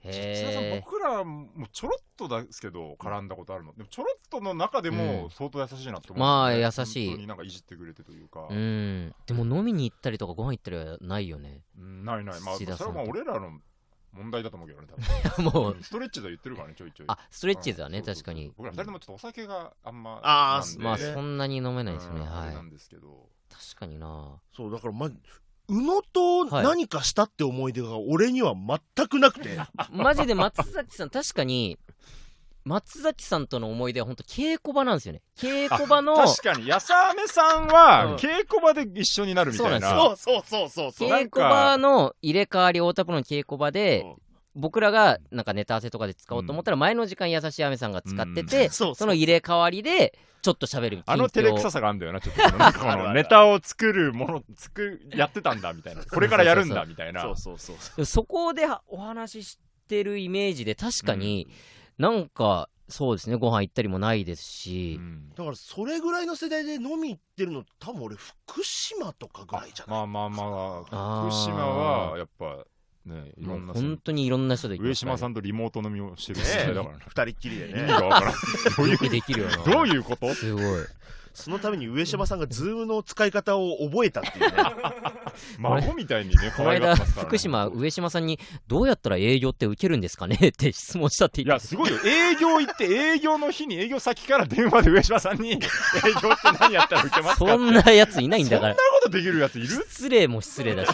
Speaker 2: 土田さん
Speaker 1: へえ
Speaker 2: 僕らもちょろっとですけど絡んだことあるのでもちょろっとの中で
Speaker 1: うん
Speaker 2: も相当優しいなって思う、
Speaker 1: まあ優しい
Speaker 2: 本当になんかいじってくれてというか、
Speaker 1: うんでも飲みに行ったりとかご飯行ったりはないよね
Speaker 2: うんないないまあ
Speaker 1: 土
Speaker 2: そ
Speaker 1: 田さん
Speaker 2: れはまあ俺らの問題だと思うけどね多分
Speaker 1: も う
Speaker 2: うんストレッチーズは言ってるからねちょいちょい
Speaker 1: あストレッチーズはね
Speaker 2: うんそ
Speaker 1: 確
Speaker 2: うそう
Speaker 1: かに
Speaker 2: 僕ら二人ともちょっとお酒があんま
Speaker 4: あ
Speaker 2: な
Speaker 4: ー
Speaker 2: んで
Speaker 1: まあ
Speaker 4: ね
Speaker 1: そんなに飲めないですね
Speaker 2: うんあ
Speaker 1: は
Speaker 2: れ
Speaker 1: い
Speaker 2: なんですけど
Speaker 1: 確かにな
Speaker 4: そうだからま宇野と
Speaker 1: はい
Speaker 4: 何かしたって思い出が俺には全くな くて、
Speaker 1: マジで松崎さん確かに松崎さんとの思い出は本当稽古場なんですよね稽古場の
Speaker 2: 確かにやさめさん
Speaker 1: うん
Speaker 2: は稽古場で一緒になるみたいな
Speaker 1: そう
Speaker 4: そうそうそうそうそう
Speaker 1: 稽古場の入れ替わり太田プロの稽古場で僕らがなんかネタ合わせとかで使おうと思ったら前の時間優しい雨さんが使って
Speaker 2: うん
Speaker 1: て
Speaker 4: そう
Speaker 1: その入れ替わりでちょっと喋る
Speaker 2: あの照れくさ
Speaker 1: さ
Speaker 2: さがあるんだよな、ちょっ とね。なんかこのネタを作るもの、作る、やってたんだみたいな。これからやるんだみたいな。
Speaker 4: そうそうそうそう
Speaker 1: そこでお話ししてるイメージで確かになんかそうですねご飯行ったりもないですし、
Speaker 2: うん
Speaker 4: だからそれぐらいの世代で飲み行ってるの多分俺福島とかぐらいじゃない
Speaker 2: まあまあま
Speaker 1: あ
Speaker 2: あ
Speaker 1: ー、
Speaker 2: 福島はやっぱね、い
Speaker 1: も
Speaker 2: ろ
Speaker 1: うん
Speaker 2: な
Speaker 1: 本当にいろんな人で
Speaker 2: 上島さ
Speaker 1: ん
Speaker 2: んとリモート飲みをしてる
Speaker 4: ね
Speaker 2: 時代だからね。
Speaker 4: 二人っきりで
Speaker 2: 意味
Speaker 4: ね
Speaker 2: がわからん。どうい
Speaker 1: よくで
Speaker 2: う、
Speaker 1: きるよな
Speaker 2: どういうこと
Speaker 1: すごい
Speaker 4: そのために上島さんがズームの使い方を覚えたっていう ね
Speaker 2: 孫みたいにね、
Speaker 1: こ
Speaker 2: 可
Speaker 1: の
Speaker 2: 愛が
Speaker 1: 間、
Speaker 2: ってますからね
Speaker 1: 福島、上島さんに、どうやったら営業って受けるんですかね って質問したって
Speaker 2: い
Speaker 1: 言
Speaker 2: や、
Speaker 1: って
Speaker 2: すごいよ。営業行って、営業の日に、営業先から電話で上島さんに、営業 って何やったら受けますかって
Speaker 1: そんなやついないんだか
Speaker 2: そんな
Speaker 1: ら。
Speaker 2: ことできるやついる
Speaker 1: 失礼も失礼だし、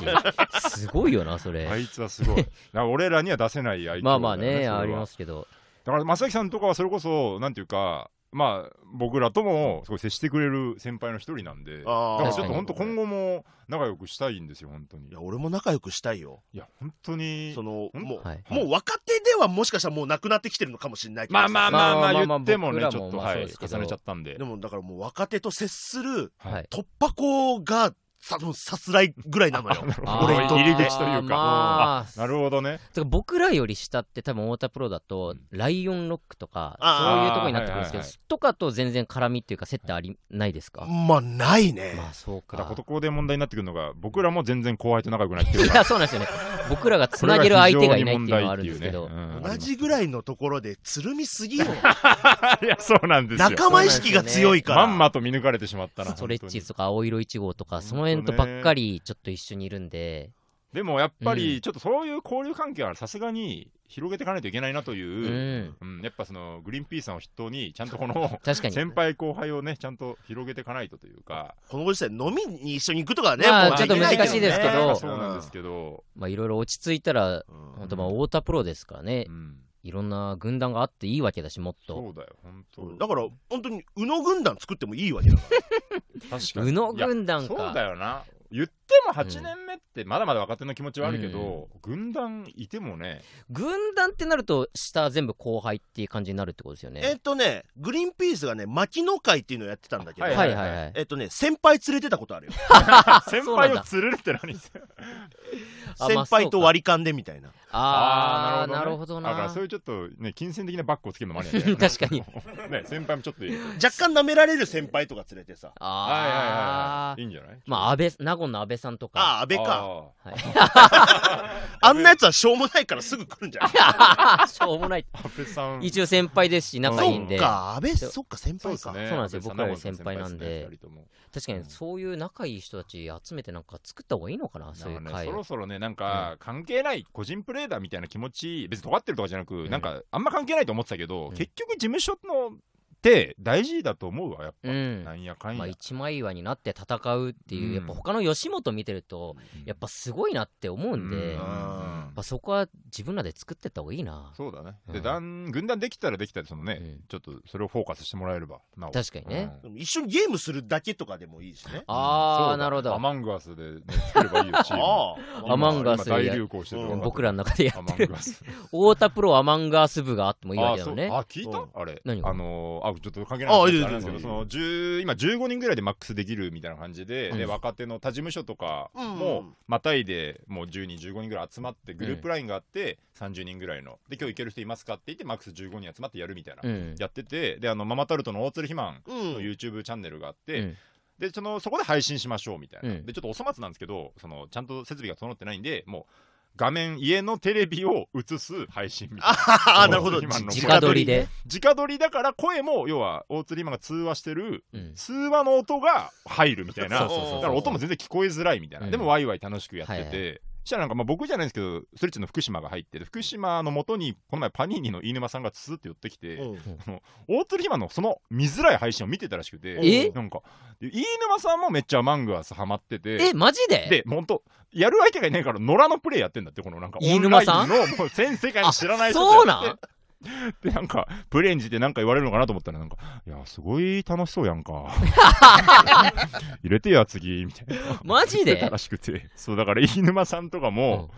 Speaker 1: すごいよな、それ。
Speaker 2: あいつは すごい。だから俺らには出せない愛嬌だ
Speaker 1: ま
Speaker 2: よ
Speaker 1: あまあ
Speaker 2: それ
Speaker 1: ね、
Speaker 2: は
Speaker 1: ありますけど。
Speaker 2: だから、松崎さんとかはそれこそ、なんていうか、まあ、僕らともすごい接してくれる先輩の一人なんで、だ
Speaker 4: あー
Speaker 2: からちょっと本当、
Speaker 4: 確かに
Speaker 2: 今後も仲良くしたいんですよ、本当に。
Speaker 4: い
Speaker 2: い
Speaker 4: や俺も仲良くしたいよ
Speaker 2: や、本当に
Speaker 4: そ。の
Speaker 2: ん
Speaker 4: もう、
Speaker 1: はい
Speaker 4: もう若手ではもしかしたらもうなくなってきてるのかもしれないけど
Speaker 2: まあまあまあま
Speaker 1: まあまあ
Speaker 2: あ、
Speaker 1: まあ
Speaker 2: 言っても
Speaker 1: 僕
Speaker 2: ね
Speaker 1: ら、も
Speaker 2: ちょっと、
Speaker 1: まあ
Speaker 2: は
Speaker 1: そう
Speaker 2: い、
Speaker 1: ですけど
Speaker 2: 重ねちゃったんで
Speaker 4: で。もだからもう若手と接する
Speaker 1: はい。
Speaker 4: 突破口がさ多分さすらいぐらいなのよ
Speaker 1: あー
Speaker 4: 俺にとって
Speaker 2: 入り口というか
Speaker 1: まあ、
Speaker 2: なるほどね。
Speaker 1: てか僕らより下って多分太田プロだと、ライオンロックとか、そう
Speaker 4: あ
Speaker 1: い
Speaker 4: ー
Speaker 1: うとこになってくるんですけど、
Speaker 2: はいはい
Speaker 1: とかと全然絡みっていうか接点ありないですか、
Speaker 4: まあないね、
Speaker 1: まあそう
Speaker 2: ただ、
Speaker 1: か
Speaker 2: こ。こで問題になってくるのが、僕らも全然後輩と仲良くないって
Speaker 1: い
Speaker 2: いうか
Speaker 1: や、そうなんですよね。僕らがつなげる相手がいないっていうのはあるんですけど。
Speaker 4: 同
Speaker 2: 同
Speaker 4: じぐらいのところでつるみすぎよ
Speaker 2: いや、そうなんですよ。
Speaker 4: 仲間意識が強いから
Speaker 2: まんまと見抜かれてしまったな。
Speaker 1: ストレッチーズ
Speaker 2: 本当に
Speaker 1: とか青色1号とか
Speaker 2: 本当ね
Speaker 1: その辺とばっかりちょっと一緒にいるんで、
Speaker 2: でもやっぱ
Speaker 1: う
Speaker 2: り、ちょっとそういう交流関係はさすがに広げていかないといけないなというう、
Speaker 1: ん、
Speaker 2: うん、やっぱそのグリーンピースさんを筆頭に、ちゃんとこの
Speaker 1: 確かに
Speaker 2: 先輩後輩をね、ちゃんと広げていかないとというか、
Speaker 4: このご時世飲みに一緒に行くとかはね、
Speaker 1: まあ
Speaker 4: もう
Speaker 1: ちょっと
Speaker 4: できな
Speaker 1: 難しいですけど
Speaker 2: ねそうなんですけど、
Speaker 1: まあいろいろ落ち着いたら、本当まあ太田プロですからね
Speaker 2: う、ん、
Speaker 1: いろんな軍団があっていいわけだし、もっと。
Speaker 2: そうだよ、本
Speaker 4: うん
Speaker 2: 当
Speaker 4: だから本当に宇野軍団作ってもいいわけだから
Speaker 2: 確かに。
Speaker 1: 宇野
Speaker 2: いや
Speaker 1: 軍団
Speaker 2: そうだ
Speaker 1: か。
Speaker 2: よな。言っても8年目って、まだまだ若手の気持ちはあるけど、軍団いてもね、
Speaker 1: 軍団ってなると、下全部後輩っていう感じになるってことですよ
Speaker 4: えっ
Speaker 1: ね。
Speaker 4: とねグリーンピースがね牧野会っていうのをやってたんだけど、
Speaker 2: はえ
Speaker 1: はいはいはい。
Speaker 4: えっとね先輩連れてたことあるよ
Speaker 2: 先
Speaker 1: そうなん
Speaker 2: 輩
Speaker 1: だ
Speaker 2: を釣れるって何
Speaker 1: あまあ
Speaker 4: 先輩と割り勘でみたいな
Speaker 1: あー、なる
Speaker 2: ね
Speaker 1: ほど
Speaker 2: だから
Speaker 1: な
Speaker 2: そうい。うちょっとね、金銭的なバッグをつけるのもありな ん
Speaker 1: 確かに。
Speaker 2: ね、先輩もちょっといい。はい
Speaker 4: 若干舐められる先輩とか連れてさ
Speaker 2: はいはいは
Speaker 1: あ
Speaker 2: い。
Speaker 1: ー
Speaker 2: いいんじゃない
Speaker 1: まあ、安倍、納言の安倍部さんとか
Speaker 4: ああ、安倍か。
Speaker 2: あ
Speaker 1: はい
Speaker 4: あんなやつはしょうもないからすぐ来るんじゃな い
Speaker 1: しょうもない
Speaker 2: ー安倍さん
Speaker 1: 一応先輩ですし仲いいん
Speaker 4: そ
Speaker 1: で
Speaker 4: っ
Speaker 1: 確
Speaker 4: か、安倍、そっか、先輩か。
Speaker 1: そうなんですよ
Speaker 2: 安倍さ
Speaker 1: 僕らより先輩なんで
Speaker 2: 仲間の先輩すね二人とも
Speaker 1: かにそういう仲いい人たち集めてなんか作った方がいいのかなそういう
Speaker 2: なんか
Speaker 1: 会
Speaker 2: ねそ
Speaker 1: を
Speaker 2: ろそろね、なんか、関係ない、個人プレーダーみたいな気持ち、別に尖ってるとかじゃなく、
Speaker 1: ん
Speaker 2: なんか、あんま関係ないと思ってたけど、
Speaker 1: うん
Speaker 2: 結局、事務所のって大事だと思うわ、やっぱ。
Speaker 1: うん
Speaker 2: なんやかんや。
Speaker 1: まあ、一枚岩になって戦うっていう、
Speaker 2: うん
Speaker 1: やっぱ他の吉本見てると、やっぱすごいなって思うんで、
Speaker 2: うん
Speaker 1: やっ
Speaker 4: あ
Speaker 1: ぱそこは自分らで作ってった方がいいな。
Speaker 2: そうだね。
Speaker 1: う
Speaker 2: で、
Speaker 1: ん
Speaker 2: 団軍団できたらできたで、そのね、
Speaker 1: うん
Speaker 2: ちょっとそれをフォーカスしてもらえれば、なお。
Speaker 1: 確かにね。
Speaker 2: うん
Speaker 4: 一緒にゲームするだけとかでもいいしね。
Speaker 1: あー
Speaker 2: そうだ
Speaker 1: なるほど
Speaker 2: アマングアスで、ね、作れば いいよ、チーム。
Speaker 4: ああ。
Speaker 1: アマングアス
Speaker 2: 今大流行してる
Speaker 4: う
Speaker 2: わ
Speaker 4: ん
Speaker 1: 僕らの中でや
Speaker 2: ア
Speaker 1: っ
Speaker 2: マ
Speaker 1: てる
Speaker 2: ング。アス。
Speaker 1: 太田プロアマンガース部があってもいいわけだよね。
Speaker 2: あそうあ聞い
Speaker 4: うん
Speaker 2: たあれ。
Speaker 1: 何が
Speaker 2: あのーあ、ちょっと関係ない話
Speaker 4: あ
Speaker 2: あ
Speaker 4: いいです
Speaker 2: れなんですけど、
Speaker 4: いいです
Speaker 2: その、10今15人ぐらいでマックスできるみたいな感じで、で、
Speaker 1: うん
Speaker 2: 若手の他事務所とか
Speaker 4: うん
Speaker 2: も、またいで、もう10人、15人ぐらい集まって、グループラインがあって、30人ぐらいの。で、今日行ける人いますかって言って、マックス15人集まってやるみたいな。
Speaker 1: うん。
Speaker 2: やってて、で、あの、ママタルトの大鶴ひまん
Speaker 4: う
Speaker 2: の
Speaker 4: ん。
Speaker 2: YouTube チャンネルがあっ
Speaker 1: う
Speaker 2: て、
Speaker 1: ん
Speaker 2: でそのそこで配信しましょうみたいな、
Speaker 1: うん
Speaker 2: でちょっとお粗末なんですけどそのちゃんと設備が整ってないんでもう画面家のテレビを映す配信みたいな
Speaker 4: ああ、なるほど。
Speaker 2: 今の
Speaker 1: 直撮りで。
Speaker 2: 直撮りだから声も要は大釣りマンが通話してる
Speaker 1: うん。
Speaker 2: 通話の音が入るみたいな
Speaker 1: そ
Speaker 2: だ
Speaker 1: うそうそうそう
Speaker 2: から音も全然聞こえづらいみたいな、
Speaker 1: うん
Speaker 2: でもワイワイ楽しくやってて、
Speaker 1: はいはい
Speaker 2: そしたらなんかまあ僕じゃないんですけどスレッチの福島が入ってて福島のもとにこの前パニーニの飯沼さんがツーって寄ってきて、
Speaker 4: うん
Speaker 2: 大鶴ひまのその見づらい配信を見てたらしくて
Speaker 1: え
Speaker 2: なんかで飯沼さんもめっちゃアマングアスハマってて
Speaker 1: え、マジで
Speaker 2: でほんとやる相手がいないから野良のプレイやってんだってこのなんか
Speaker 1: 飯沼さん
Speaker 2: オンラインのもう全世界の知らない人
Speaker 1: あそう
Speaker 2: とや
Speaker 1: なん
Speaker 2: っ てでなんかプレイについてなんか言われるのかなと思ったらなんかいやすごい楽しそうや んか入れてや次みたいな
Speaker 1: マジ
Speaker 2: 言ってた
Speaker 1: で
Speaker 2: らしくてそうだから飯沼さんとかも、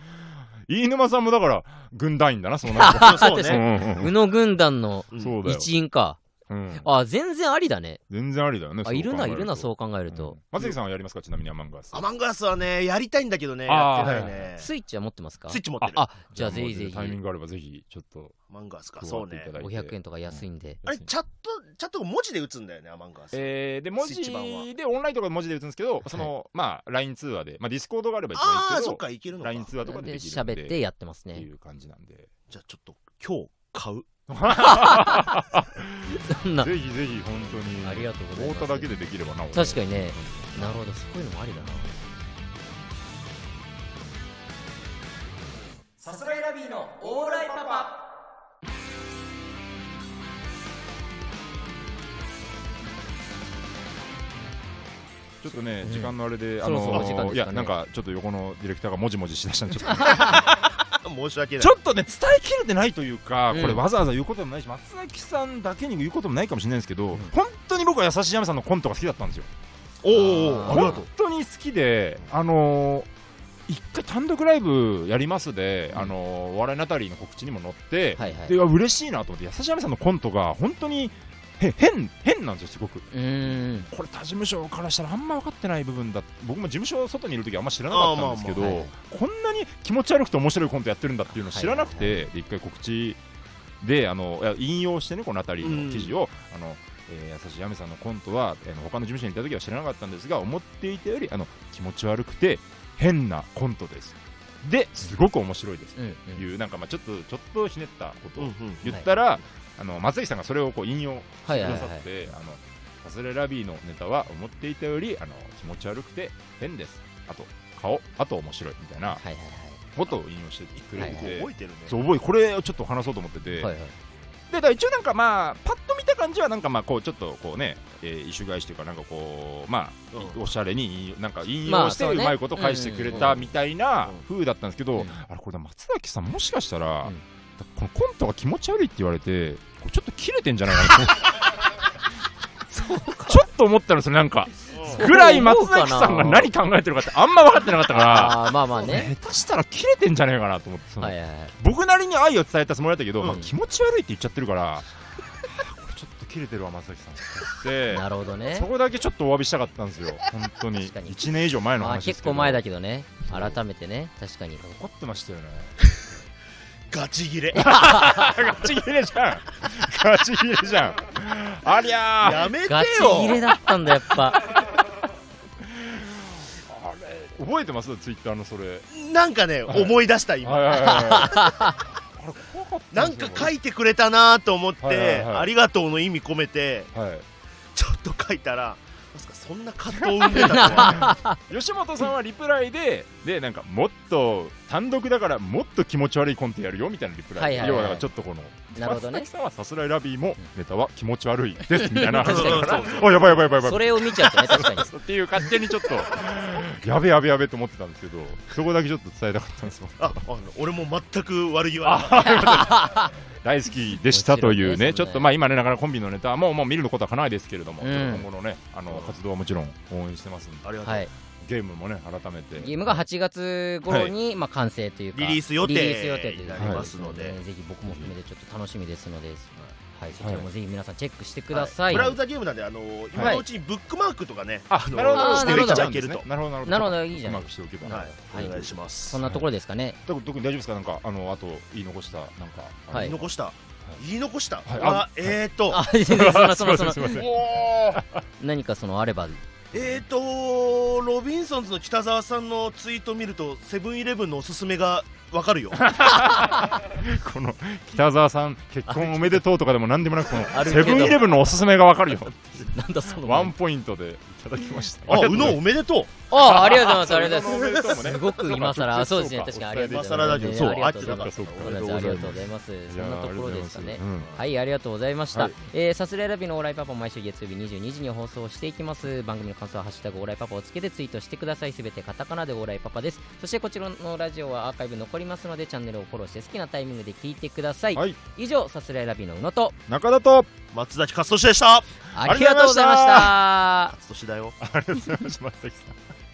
Speaker 2: 飯沼さんもだから軍団員だなそのなん か
Speaker 4: そう
Speaker 2: うん
Speaker 4: ね。
Speaker 2: うん
Speaker 1: 宇野軍団の
Speaker 4: うん
Speaker 2: そうだよ、
Speaker 1: 一員か。
Speaker 2: うん、
Speaker 1: あ、全然ありだね。
Speaker 2: 全然ありだよね
Speaker 1: あ、いるな、
Speaker 2: そう考え
Speaker 1: いるな、
Speaker 2: と
Speaker 1: そう考えると。
Speaker 2: 松井さんはやりますかちなみにアマンガース
Speaker 4: アマングアスはね、やりたいんだけどね、や
Speaker 2: あ
Speaker 4: っ
Speaker 2: ー
Speaker 4: てないね。ス
Speaker 1: スイッチは持ってますか
Speaker 4: イッチ持ってる。
Speaker 1: あ、じゃあぜひぜひ、
Speaker 2: タイミングがあればぜひちょっと
Speaker 4: アマングアスか。
Speaker 2: 加
Speaker 4: そ
Speaker 2: わ
Speaker 4: う
Speaker 2: ってい
Speaker 4: ね
Speaker 2: た。だいて
Speaker 1: 500円とか安いんで。
Speaker 4: あれ、チャット、チャットが文字で打つんだよね、アマングアス。
Speaker 2: えーで文
Speaker 4: スイッチ版は
Speaker 2: 字でオンラインとかで文字で打つんですけどその、まあ LINE 通話でまあディスコードがあれば一番いい
Speaker 4: あ
Speaker 2: で
Speaker 4: あ、
Speaker 2: す
Speaker 4: そ
Speaker 2: け
Speaker 4: っ
Speaker 2: ど
Speaker 4: か、いけるのか。
Speaker 2: LINE
Speaker 4: じ
Speaker 2: 通話とかで
Speaker 1: で
Speaker 2: できるんで
Speaker 1: 喋ってやってます
Speaker 2: って
Speaker 1: ね
Speaker 2: い。う感じなんで
Speaker 4: ゃあちょっと、今日、買う。
Speaker 1: そ んな。
Speaker 2: ぜひぜひ本当に
Speaker 1: ありがとうございます
Speaker 2: 太田だけでできればなお
Speaker 1: 確かにね。なるほど、そういうのもありだな。
Speaker 3: さすらいラビーのオーライパパ
Speaker 2: ちょっとね、
Speaker 1: うん
Speaker 2: 時間のあれで、
Speaker 1: そろそろ
Speaker 2: あの
Speaker 1: お時間ですかね
Speaker 2: いやなんかちょっと横のディレクターがもじもじしだしたんでちょっと
Speaker 4: 申し訳ない
Speaker 2: ち。ょっとね伝えきれてないというか、
Speaker 1: うん
Speaker 2: これわざわざ言うこともないし松崎さんだけに言うこともないかもしれないんですけど、本当に僕は優しい山さんのコントが好きだったんですよ
Speaker 4: おーおー、ありがと
Speaker 2: 本当に好きで、あのー一回単独ライブやりますで、あのーお笑いナタリーの告知にも載って、
Speaker 1: はいはい
Speaker 2: で。うわ嬉しいなと思って、優しい雨さんのコントが本当にへ変変なんですよ、すごく。
Speaker 1: うーん。
Speaker 2: これ、他事務所からしたらあんま分かってない部分だ僕も事務所外にいる時あんま知らなかったんですけど、
Speaker 1: あーまあま
Speaker 2: こんなに気持ち悪くて面白いコントやってるんだっていうのを知らなくて、
Speaker 1: は
Speaker 2: で一回告知であのいや引用してね、この辺りの記事を。あのえー優しいやめさんのコントは、えー他の事務所にいた時は知らなかったんですが思っていたよりあの気持ち悪くて変なコントですですごく面白いです
Speaker 1: うん。
Speaker 2: と
Speaker 1: うん
Speaker 2: いう、なんかまあちょっとちょっとひねったこと
Speaker 4: う。うん
Speaker 2: を
Speaker 4: うん。
Speaker 2: 言ったら、あの松崎さんがそれをこう引用して
Speaker 1: はいはい
Speaker 2: く
Speaker 1: は
Speaker 2: だ
Speaker 1: い
Speaker 2: さって、あのサスレラビーのネタは思っていたよりあの気持ち悪くて変ですあと顔あと面白いみたいな
Speaker 1: はいはい
Speaker 2: ことを引用してくれてて、
Speaker 1: はい
Speaker 4: 覚えてるね。
Speaker 2: そう覚えこれをちょっと話そうと思ってて、
Speaker 1: はい。はいはい。
Speaker 2: でだから一応なんかまあパッと見た感じはなんかまあこうちょっとこうね、えー、異種返しというかなんかこうまあ、
Speaker 4: うん
Speaker 2: おしゃれに引用なんか引
Speaker 1: ま
Speaker 2: 用
Speaker 1: あ
Speaker 2: して
Speaker 1: そう
Speaker 2: う
Speaker 1: ね
Speaker 2: まいこと返してくれたみたいな風だったんですけど、
Speaker 1: うん
Speaker 2: あれこれ松崎さんもしかしたら、
Speaker 1: うん
Speaker 2: このコントが気持ち悪いって言われてこれちょっと切れてんじゃない かなとちょっと思ったんですよなんか
Speaker 4: うん
Speaker 2: ぐらい松崎さんが何考えてるかってあんま分かってなかったから
Speaker 1: ああー、まあまあね。
Speaker 2: 下手したら切れてんじゃないかなと思ってその
Speaker 1: はいはいはい。
Speaker 2: 僕なりに愛を伝えたつもりだったけど、
Speaker 4: うん
Speaker 2: まあ、気持ち悪いって言っちゃってるか らこれちょっと切れてるわ松崎さんって言
Speaker 1: な
Speaker 2: っ
Speaker 1: るほど
Speaker 2: て
Speaker 1: ね
Speaker 2: そ。こだけちょっとお詫びしたかったんですよ本当に
Speaker 1: 確かに
Speaker 2: 1年以上前の
Speaker 1: まあ
Speaker 2: 話です
Speaker 1: 結
Speaker 2: けど
Speaker 1: 構前だけどね。改めてね。確かに。
Speaker 2: 怒ってましたよね
Speaker 4: ガチ切れ。
Speaker 2: ガチ切れじゃんガチ切れじゃんありゃー
Speaker 4: やめてよ
Speaker 1: ガチ。入れだったんだ、やっぱ。
Speaker 2: あれ覚えてますツイッターのそれ
Speaker 4: なんかね、
Speaker 2: はい
Speaker 4: 思い出した
Speaker 2: はい
Speaker 4: 今、
Speaker 2: はいはいはいあれ怖かった
Speaker 4: なん
Speaker 2: ですよ
Speaker 4: か書いてくれたなと思って、
Speaker 2: はいはいはい
Speaker 4: ありがとうの意味込めて
Speaker 2: はい
Speaker 4: ちょっと書いたらまさかそんな葛藤を生んでたとは
Speaker 2: 吉本さんはリプライで、でなんかもっと単独だから、もっと気持ち悪いコントやるよみたいなリプライ、
Speaker 1: はいはいはい
Speaker 2: 要はだからちょっとこの、
Speaker 1: なるほどね
Speaker 2: 松崎さんはさすらいラビーもネタは気持ち悪いですみたいな話
Speaker 4: そうそうそう
Speaker 2: おやばいやばいやばいやばい
Speaker 1: それを見ちゃうとね確かに
Speaker 2: っていう勝手にちょっと、やべやべやべと思ってたんですけど、そこだけちょっと伝えたかったんですよ。
Speaker 4: ああの俺も全く悪気はなかっ
Speaker 2: 大好きでしたというね、
Speaker 1: もち
Speaker 2: ち
Speaker 1: ろ
Speaker 2: ょ
Speaker 1: んね
Speaker 2: っとまあ今ね、なかなかコンビのネタももう見ることはかないですけれども、
Speaker 1: うん
Speaker 2: 今後のね、あの活動はもちろん応援してますんで、
Speaker 4: たありがとう、
Speaker 1: はい
Speaker 2: ゲームもね、改めて。
Speaker 1: ゲームが8月頃に、まあ、完成というか
Speaker 4: リリース予定
Speaker 1: リリース予定ということ
Speaker 2: になり
Speaker 4: ますので
Speaker 1: はいぜひ僕も含めてちょっと楽しみですので、はい、そちらもぜひ皆さんチェックしてください、
Speaker 4: ブラウザゲームなんであの今のうちにブックマークとかね、
Speaker 2: あ、
Speaker 4: の
Speaker 2: なるほど、
Speaker 1: あー
Speaker 4: していただけると、
Speaker 2: なるほど、なるほど。
Speaker 1: なるほどいいじゃないう
Speaker 2: まくしておけば。
Speaker 4: は
Speaker 1: はい
Speaker 4: い、お願いします
Speaker 1: そんなところですかね、
Speaker 2: 特特に大丈夫ですかなんかあのあと言い残したなんかあの
Speaker 1: はい
Speaker 4: 言い 残した、言い残した、
Speaker 2: いあ
Speaker 4: あえーと、
Speaker 1: あ全然そのそのその
Speaker 2: すいませんすいません
Speaker 4: おー
Speaker 1: 何かそのあれば
Speaker 4: えーとロビンソンズの北澤さんのツイート見るとセブンイレブンのおすすめがわかる よ
Speaker 2: この北澤さん結婚おめでとうとかでも何でもなくこ
Speaker 1: あ
Speaker 2: の
Speaker 1: る
Speaker 2: セ
Speaker 1: けど
Speaker 2: ブンイレブンのおすすめがわかるよ
Speaker 1: なんだその
Speaker 2: ワンポイントでいただきました
Speaker 4: あ
Speaker 2: りがとご
Speaker 4: う
Speaker 2: ざ
Speaker 4: の
Speaker 2: いま
Speaker 4: おめでとう
Speaker 1: あありがとうございますありがとう
Speaker 2: あ
Speaker 1: ございますすごく今更そうですね
Speaker 2: そうか
Speaker 1: 確かにありがとうござい
Speaker 4: 今更
Speaker 1: ま
Speaker 4: だ
Speaker 1: す
Speaker 4: けど
Speaker 1: ね
Speaker 4: そう
Speaker 1: ありがとうございますあ
Speaker 2: あそうか
Speaker 1: りがとうございますありがとうございます
Speaker 2: す
Speaker 1: そんなところですか
Speaker 2: いや
Speaker 1: ね
Speaker 2: ーありがとうございます
Speaker 1: はい、ありがとうございました。
Speaker 2: はい
Speaker 1: えーサスレラビのオーライパパ毎週月曜日22時に放送していきます。番組の感想はハッシュタグオーライパパをつけてツイートしてください。すべてカタカナでオーライパパです。そしてこちらのラジオはアーカイブ残りますので、チャンネルをフォローして好きなタイミングで聞いてください。
Speaker 2: はい
Speaker 1: 以上、サスレラビの宇野と、
Speaker 2: うん中田と
Speaker 4: 松崎勝利でした
Speaker 1: ありがとうございました。
Speaker 4: 勝利だよ
Speaker 2: ありがとうございました松崎さん